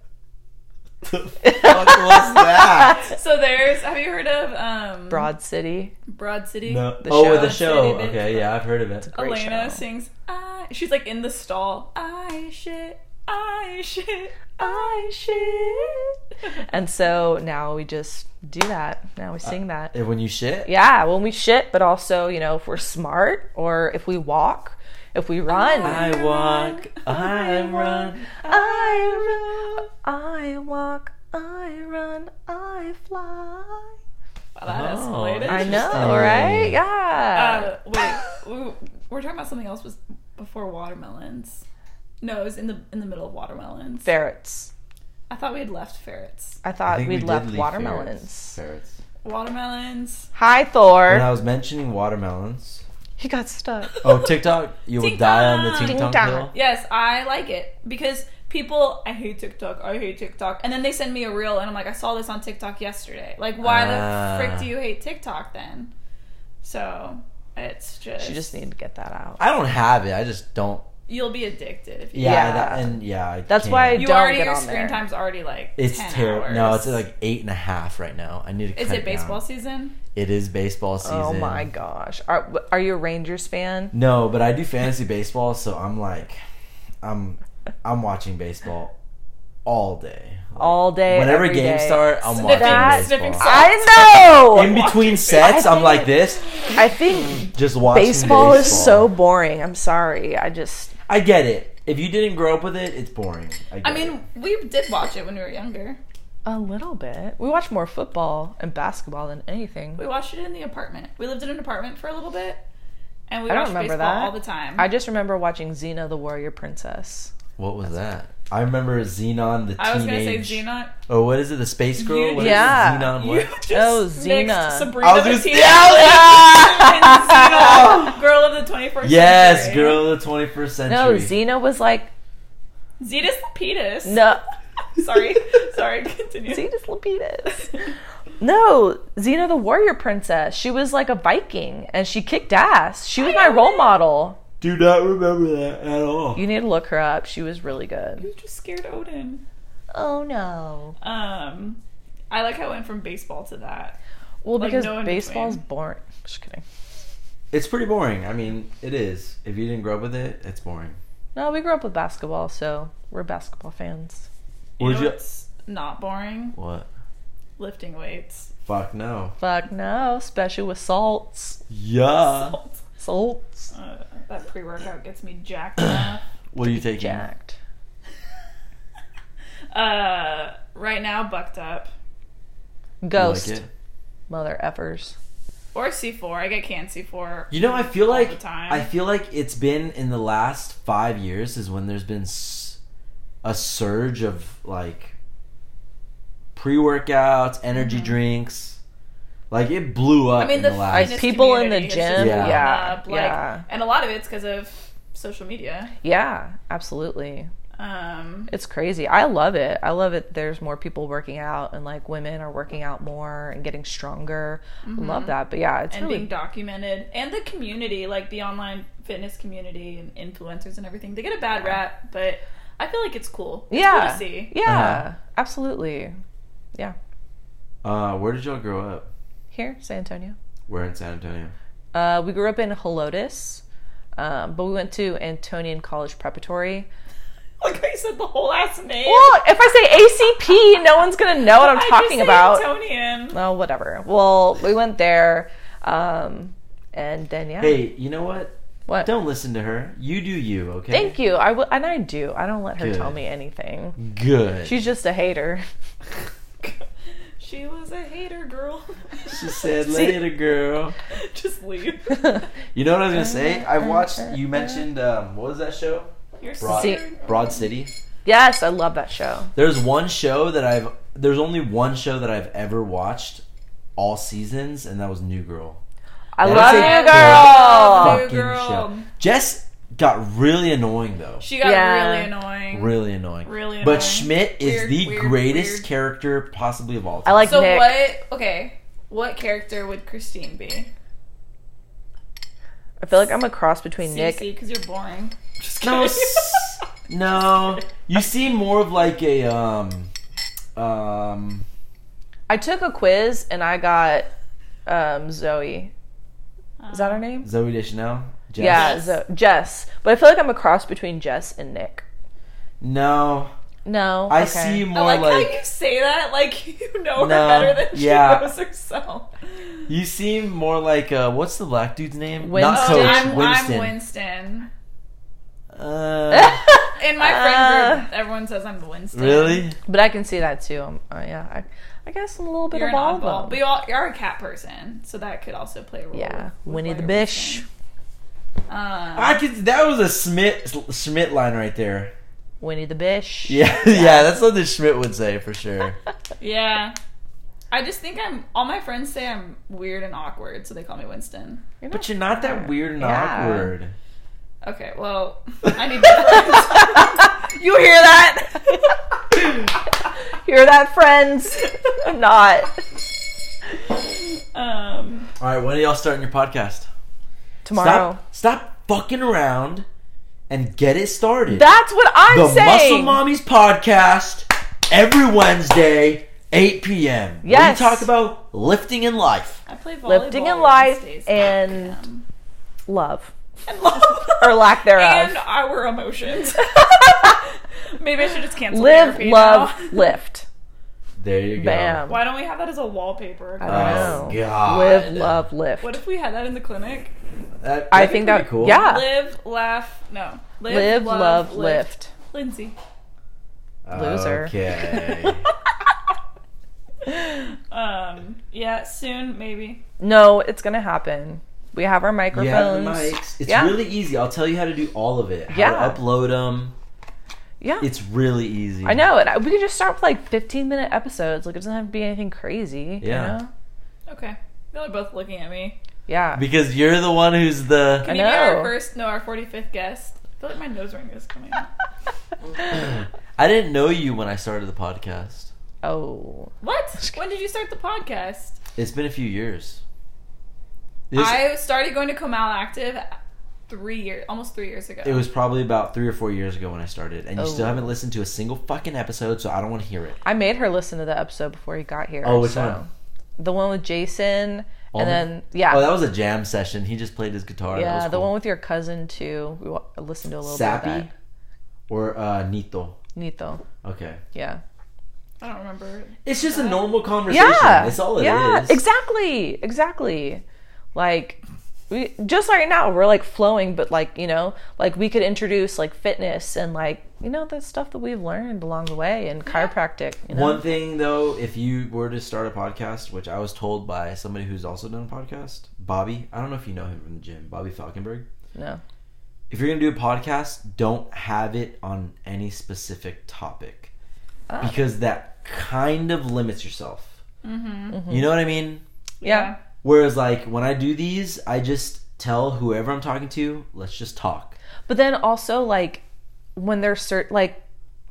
the fuck was that?
So there's. Have you heard of um
Broad City.
Broad City?
No.
The
oh,
show.
the show.
City bitch.
Okay, yeah, I've heard of it.
Great
Elena
show.
sings. I. She's like in the stall. I shit. I shit. [laughs]
I shit. And so now we just do that. Now we sing that.
And When you shit?
Yeah, when we shit, but also you know if we're smart or if we walk, if we run.
I walk, I run.
I run, I walk, I run, I fly.
Wow, that
Oh,
escalated.
I know,
Interesting.
right? Yeah.
Uh, wait, we we're talking about something else. Was before watermelons? No, it was in the in the middle of watermelons.
ferrets.
I thought we had left ferrets.
I
I
thought
think
we'd
we did
left
leave
watermelons.
Ferrets. ferrets.
Watermelons.
Hi,
When I
Thor.
was mentioning watermelons,
He got stuck.
oh TikTok, you will die on the
TikTok.
TikTok hill.
TikTok.
Yes, I like it because people. I hate TikTok. I hate TikTok. And then they send me a reel, and I'm like, I saw this on TikTok yesterday. Like, why
Ah.
the frick do you hate TikTok then? So it's just
She just needed to get that out.
I don't have it. I just don't.
you'll be addicted if you.
Yeah,
Yeah.
That, and yeah, I
That's
can't.
why
You
Don't
already
get
your
on
screen
there.
time's already like
It's
ten
terrible.
hours.
No, it's like eight and a half right now. I need to.
Is
cut
it baseball
down.
season?
It is baseball season.
Oh my gosh. Are are you a Rangers fan?
No, but I do fantasy baseball, so I'm like, I'm, I'm watching baseball all day. Like,
All day.
Whenever
every
games
day.
start, I'm
Sniffing-
watching
sniffing
baseball.
salt.
I know.
In between sets, I'm like this,
I think
just watching
baseball is so boring. I'm sorry. I just
I get it. If you didn't grow up with it, it's boring. I, get
I mean, we did watch it when we were younger.
a little bit. We watch more football and basketball than anything.
We watched it in the apartment. We lived in an apartment for a little bit, and we
I don't
watched
remember
baseball
that.
all the time.
I just remember watching Xena the Warrior
it.
Princess.
what was that? I remember Xenon, the teenage.
I was gonna say Xena.
Oh, what is it? The space girl. What is
Yeah.
it? Xenon.
[laughs] You
What?
just
Oh,
mixed
Xena.
Sabrina
I was
the
gonna say-
[laughs] Teenage
Yeah.
Witch and Xena, girl of the 21st
Yes,
century.
girl of the 21st century.
No, Xena was like
Zetas Lapidus.
no
[laughs] Sorry.
[laughs]
Sorry, continue. [laughs]
Xena's Lapidus. No, Xena the Warrior Princess. She was like a Viking and she kicked ass. She was my role model.
Do not remember that at all.
You need to look her up. She was really good.
You just scared Odin.
Oh no.
Um, I like how it went from baseball to that.
Well,
Like,
because
no in
baseball's
between.
boring. Just kidding.
It's pretty boring. I mean, it is. If you didn't grow up with it, it's boring.
No, we grew up with basketball, so we're basketball fans.
You
Would
know
you-
what's not boring?
What?
Lifting weights.
Fuck no.
Fuck no, special with salts.
Yeah.
Salts.
Uh, that pre workout gets me jacked up.
What are you taking?
Jacked.
Uh, right now, bucked up.
You
Ghost.
Like it?
Mother effers.
Or C4. I get canned C4.
You know, I feel
All
like
the time.
I feel like it's been in the last five years is when there's been s- a surge of like pre-workouts,
Mm-hmm.
energy drinks. Like it blew up.
I mean,
in
the,
the, last.
fitness
people in the
community has
gym,
just blown
yeah,
up, like,
yeah.
and a lot of it's because of social media.
Yeah, absolutely.
Um,
It's crazy. I love it. I love it. There's more people working out, and like women are working out more and getting stronger. I love that. But yeah, it's
Mm-hmm. and
really
being documented, and the community, like the online fitness community and influencers and everything, they get a bad rap, but I feel like it's cool. It's
yeah,
cool to see.
yeah,
Uh-huh.
absolutely.
uh, where did y'all grow up?
Here, San Antonio.
We're in San Antonio.
Uh, we grew up in Helotes, um, but we went to Antonian College Preparatory.
Like I said, the whole last name.
Well, if I say ACP, no one's gonna know what I'm
[laughs] I
talking
just
about.
Say Antonian.
oh, whatever. Well, we went there, um, and then yeah.
Hey, you know what?
what?
Don't listen to her. You do you, okay?
Thank you. I w- and I do. I don't let her
Good.
tell me anything.
Good.
She's just a hater. [laughs]
She was a hater girl.
She [laughs] said later, girl.
[laughs]
[laughs]
just leave.
You know what I was gonna say? I watched. You mentioned um, what was that show?
You're
Broad,
See-
scared.
Broad City.
yes, I love that show.
There's one show that I've. There's only one show that I've ever watched, all seasons, and that was New Girl.
I
That's
love
a
you,
good
girl.
New
Fucking
Girl.
show. Jess got really annoying though.
She got
Yeah.
really annoying.
Really annoying.
Really
But
annoying.
Schmidt is
Weird,
the
weird,
greatest
weird.
character possibly of all
I
time.
like
So
Nick.
what? Okay, what character would Christine be?
I feel like I'm a cross between
Nick,
Nick.
because you're boring. Just
[laughs] no,
kidding.
s- no. You seem more of like a um, um.
I took a quiz and I got um, Zoe. Is that her name?
Zoe Deschanel. Jess?
Yeah, Zo- Jess. But I feel like I'm a cross between Jess and Nick.
No,
No,
I
okay. Oh,
see you
I
more
like,
like,
how you say that. Like [laughs] you know her
No,
better than
yeah.
she knows herself.
you seem more like uh, what's the black dude's name? Not
Winston.
Coach
Um, I'm,
Winston.
I'm Winston.
Uh, [laughs]
In my
Uh,
friend group, everyone says I'm Winston.
really?
But I can see that too. Um, uh, yeah, I, I guess I'm a little bit
You're
of
an
all of
oddball, but
them.
you all, you're a cat person, so that could also play a role.
Yeah,
with
Winnie
why
the
you're
Bish.
Winston. Um,
I could. That was a Schmidt Schmidt line right there. [laughs]
Winnie the Bish.
Yeah, yeah. That's something Schmidt would say for sure.
yeah, I just think I'm. All my friends say I'm weird and awkward, so they call me Winston.
But you're not
[laughs]
that weird and
Yeah. [laughs]
awkward.
Okay, well, I need. friends.
[laughs] You hear that?
[laughs]
[laughs] hear that, friends? [laughs] I'm not.
um,
All right, when are y'all starting your podcast?
Tomorrow.
Stop, stop fucking around and get it started.
That's what I'm
the Muscle
saying.
Mommies podcast every Wednesday, 8 p.m.
Yes.
We talk about lifting in life.
I play volleyball.
Lifting in life
Wednesdays.
and love.
and love
[laughs] Or lack thereof. [laughs]
and our emotions. Maybe I should just cancel.
Live,
therapy
love,
[laughs] now.
lift.
There you go.
Bam.
Why don't we have that as a wallpaper? Uh,
I
Oh,
don't know.
God.
Live, love, lift.
what if we had that in the clinic?
That,
I
that'd be
think
pretty
that yeah. Live,
Live, laugh, no. Live,
love, lift.
Lindsay.
Loser. [laughs]
Okay.
Um, yeah, soon maybe.
No, it's gonna happen. We have our
you have the
microphones.
mics. It's
Yeah.
really easy. I'll tell you how to do all of it. How
Yeah.
to upload them.
yeah,
It's really easy.
I know it. We could just start with like 15 minute episodes. Like it doesn't have to be anything crazy.
Yeah.
You know?
Okay. Y'all are both looking at me.
Yeah.
Because you're the one who's the.
Can you get
know.
our first, no, our 45th guest? I feel like my nose ring is coming
[laughs]
out.
[laughs] I didn't know you when I started the podcast.
oh.
What? When did you start the podcast?
It's been a few years. This-
I started going to Comal Active three years, almost three years ago.
It was probably about three or four years ago when I started, and you
Oh.
still haven't listened to a single fucking episode, so I don't want to hear it.
I made her listen to the episode before he got here.
Oh, which
so-
one?
The one with Jason.
All
and
the-
then yeah,
Oh, that was a jam session. He just played his guitar.
Ah. yeah,
that was
the
cool.
one with your cousin too. We wa- listened to a little bit
Sappy
of
or uh, Nito.
that. Nito.
Okay,
Yeah.
I don't remember.
it's just a normal conversation.
Uh, Yeah.
That's all it is.
yeah, Exactly. Exactly. Like we just right now we're like flowing, but like, you know, like we could introduce like fitness and like, you know, the stuff that we've learned along the way and chiropractic, you know.
One thing though, if you were to start a podcast, which I was told by somebody who's also done a podcast, Bobby. I don't know if you know him from the gym, Bobby Falkenberg.
No.
If you're gonna do a podcast, don't have it on any specific topic, because that kind of limits yourself. You know what I mean?
Yeah.
Whereas, like when I do these, I just tell whoever I'm talking to, let's just talk.
But then also like when there's certain like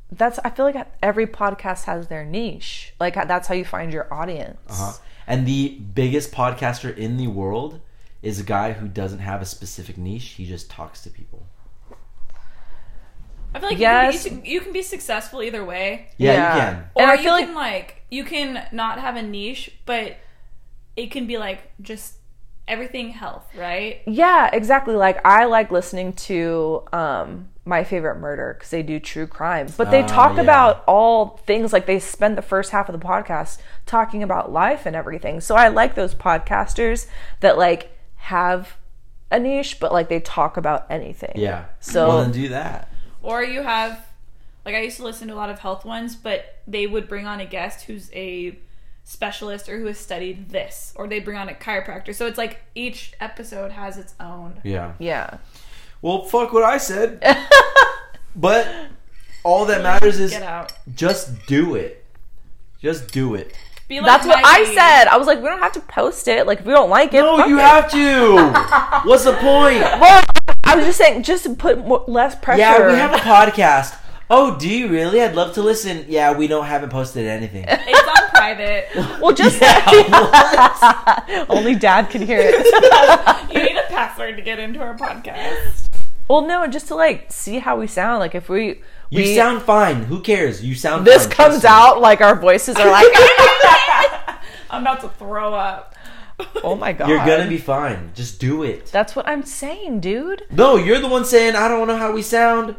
that's I feel like every podcast has their niche. Like that's how you find your audience.
Uh-huh. And the biggest podcaster in the world is a guy who doesn't have a specific niche. He just talks to people.
I feel like
Yes.
you, can, you, can, you can be successful either way.
Yeah,
Yeah.
you can.
Or
And I
you
feel like-
can like you can not have a niche, but it can be like just everything health, right?
Yeah, exactly. Like I like listening to um my favorite murder because they do true crime, but they
Ah,
talk
yeah.
about all things. Like they spend the first half of the podcast talking about life and everything. So I like those podcasters that like have a niche, but like they talk about anything.
Yeah.
So-
well, then do that.
Or you have like I used to listen to a lot of health ones, but they would bring on a guest who's a specialist or who has studied this, or they bring on a chiropractor. So it's like each episode has its own.
Yeah.
Yeah. [laughs]
Well, fuck what I said. but all that matters is
Get out.
just do it. Just do it.
Be like
That's what I
Mikey.
said. I was like, we don't have to post it. Like, if we don't like it.
No,
fuck
you
it.
have
[laughs]
to. What's the point?
Well, I was just saying, just to put more, less pressure.
Yeah, we have a podcast. Oh, do you really? I'd love to listen. Yeah, we don't haven't posted
[laughs]
anything. [laughs]
It's on private.
well, just [laughs]
Yeah, what?
only dad can hear it.
You need a password to get into our podcast.
[laughs] Well, no, just to like see how we sound. Like if we
You
we
sound fine. Who cares? You sound.
this
fine.
comes
Trust me.
out like our voices are like,
I'm about to throw up.
[laughs] oh my god,
You're gonna be fine. Just do it.
That's what I'm saying, dude.
No, you're the one saying I don't know how we sound.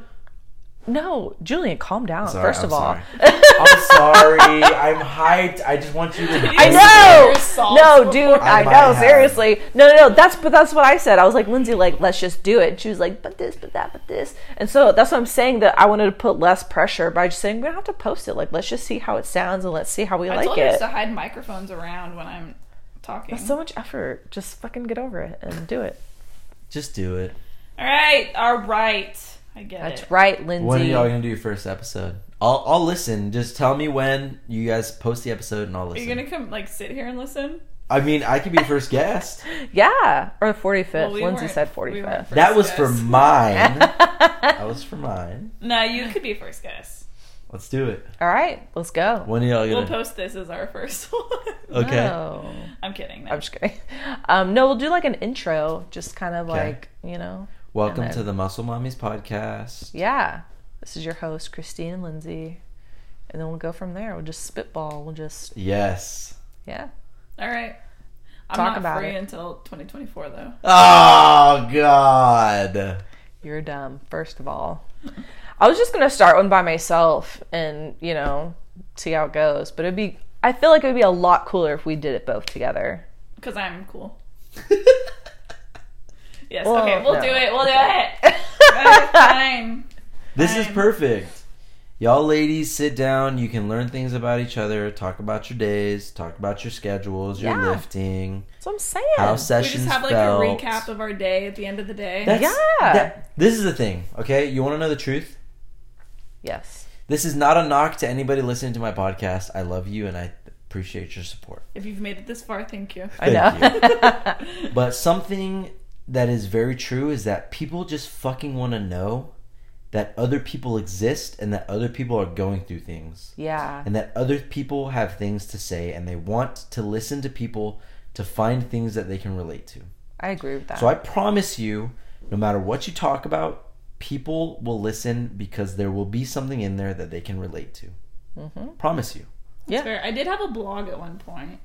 No, Julian, calm down.
Sorry,
first
I'm
of all,
sorry. I'm
[laughs]
sorry. I'm hyped. I just want you to.
I
Use
know.
your salts
No,
before-
dude,
I
I,
might
know.
have.
Seriously, no, no, no. That's but that's what I said. I was like, Lindsay, like let's just do it. She was like, but this, but that, but this, and so that's what I'm saying. That I wanted to put less pressure by just saying we don't have to post it. Like let's just see how it sounds and let's see how we
I
like
told
it.
her to hide microphones around when I'm talking.
so much effort. Just fucking get over it and do it.
Just do it.
all right, all right. I get
That's
it.
right, Lindsay.
When are y'all gonna do your first episode? I'll I'll listen. Just tell me when you guys post the episode, and I'll
Are
listen.
you gonna come like sit here and listen?
I mean, I could be first
[laughs]
guest.
Yeah, or 45th.
Well, we
Lindsay
weren't-
said
we weren't
45th.
that was
first
for
guess. [laughs]
mine. that was for mine.
No, you could be first guess.
Let's do it.
All right, let's go.
When are y'all
We'll
gonna?
post this as our [laughs] first one.
okay.
Oh,
I'm kidding. no.
I'm just kidding. [laughs] Um, no, we'll do like an intro, just kind of
Okay.
like, you know,
Welcome
and then-
to the Muscle Mommies podcast.
yeah. This is your host, Christine and Lindsay. And then we'll go from there. We'll just spitball. We'll just,
Yes.
yeah.
All right. I'm
Talk
not
about
free
it.
until 2024 though.
Oh God. [laughs]
You're dumb, first of all. I was just gonna start one by myself and, you know, see how it goes. But it'd be I feel like it would be a lot cooler if we did it both together.
Because I'm cool. yes.
Well,
okay. We'll
no.
do it. We'll do it.
[laughs]
Okay, Fine.
This is
I'm-
perfect. Y'all ladies sit down, you can learn things about each other, talk about your days, talk about your schedules, your
Yeah.
lifting,
That's what I'm saying.
how
We
sessions
just have like
felt.
a recap of our day at the end of the day.
That's,
Yeah.
that- this is the thing, okay? You want to know the truth?
Yes.
This is not a knock to anybody listening to my podcast. I love you and I appreciate your
[laughs]
support.
if you've made it this far, thank you.
I
Thank
know.
But something that is very true is that people just fucking want to know that other people exist and that other people are going through things.
[laughs] yeah.
and that other people have things to say and they want to listen to people to find things that they can relate to.
I agree with that.
So I promise you, no matter what you talk about, people will listen because there will be something in there that they can relate to.
Mm-hmm.
Promise you.
Yeah.
Fair. I did have a blog at one point.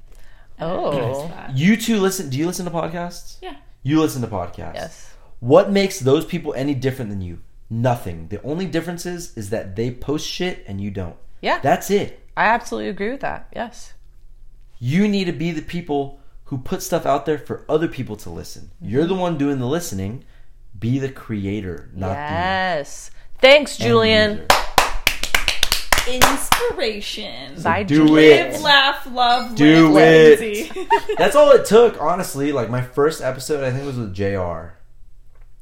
That's
oh. [laughs]
that.
You two listen. Do you listen to podcasts?
Yeah.
You listen to podcasts.
Yes.
What makes those people any different than you? Nothing. The only difference is, is that they post shit and you don't.
Yeah.
That's it.
I absolutely agree with that. Yes.
You need to be the people who put stuff out there for other people to listen.
Mm-hmm.
You're the one doing the listening. Be the creator, not
Yes. Thanks,
the end
Julian.
user.
Inspiration.
Bye,
do
Julian.
it.
Live, laugh, love,
Do
laugh,
it.
[laughs]
Lindsay.
That's all it took, honestly. Like my first episode, I think was with Jr.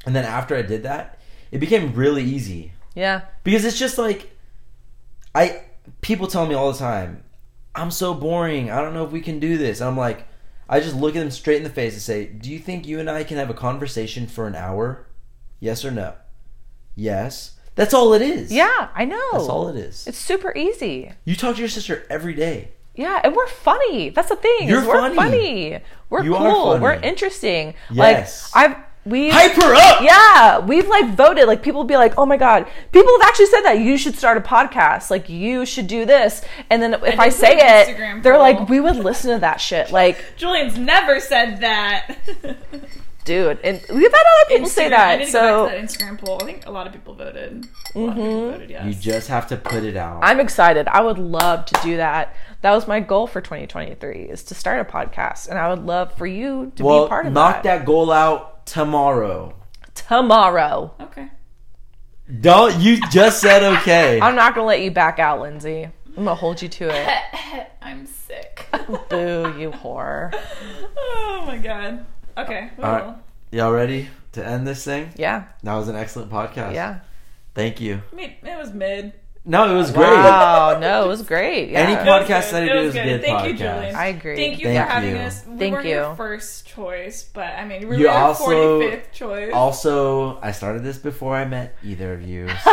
And then after I did that, it became really easy
Yeah.
because it's just like I people tell me all the time, I'm so boring. I don't know if we can do this. And I'm like, I just look at them straight in the face and say, Do you think you and I can have a conversation for an hour? Yes or no? Yes. That's all it is.
Yeah, I know.
That's all it is.
It's super easy.
you talk to your sister every day.
Yeah, and we're funny. That's the thing. is
You're
we're funny.
funny.
We're
You
cool.
are funny.
We're interesting.
Yes.
Like I've we
Hype her up!
Yeah, we've like voted. Like people be like, "Oh my god, people have actually said that you should start a podcast. Like you should do this." And then if I,
did
say
put an
it,
Instagram
they're
poll.
like, "We would listen to that shit." Like,
Julian's never said that. [laughs]
dude, and we've had other people say
Instagram- I
that.
need to go
So Mm-hmm.
back to that Instagram poll. I think a lot of people voted. A lot of people voted yes.
You just have to put it out.
I'm excited. I would love to do that. That was my goal for 2023 is to start a podcast, and I would love for you to
well,
be part of
knock
that
that goal out tomorrow.
tomorrow.
okay.
Don't you just said
[laughs]
okay.
I'm not gonna let you back out, Lindsay. I'm gonna hold you to
[laughs]
it. [laughs]
I'm sick.
Boo, you whore.
oh my god. Okay.
All
Well,
right. Y'all ready to end this thing?
Yeah,
That was an excellent podcast.
yeah.
Thank you.
I mean, it was mid.
No, it was great.
Wow, Oh, no, it was great. Yeah.
Any podcast that I
It
do
was
is a
good.
good
Thank you,
podcast.
Julian.
I agree.
Thank you
Thank
for having
you.
us. We
Thank
weren't
you.
your first choice, but I mean, we were
You
your
also-
45th choice.
also, I started this before I met either of you.
[laughs]
So.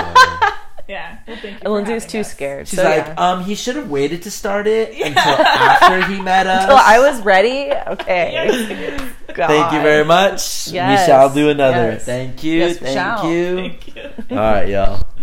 yeah. Well, thank you.
And
for
Lindsay was
having
too
us.
scared.
She's
so,
like,
yeah.
um, he should have waited to start
[laughs]
it until after he met us.
Till I was ready. Okay. [laughs]
Yes.
Thank you very much.
Yes.
We shall do another.
Yes.
Thank you.
Yes, we
thank
shall.
you.
[laughs]
Thank you. [laughs] Oh.
All right, y'all.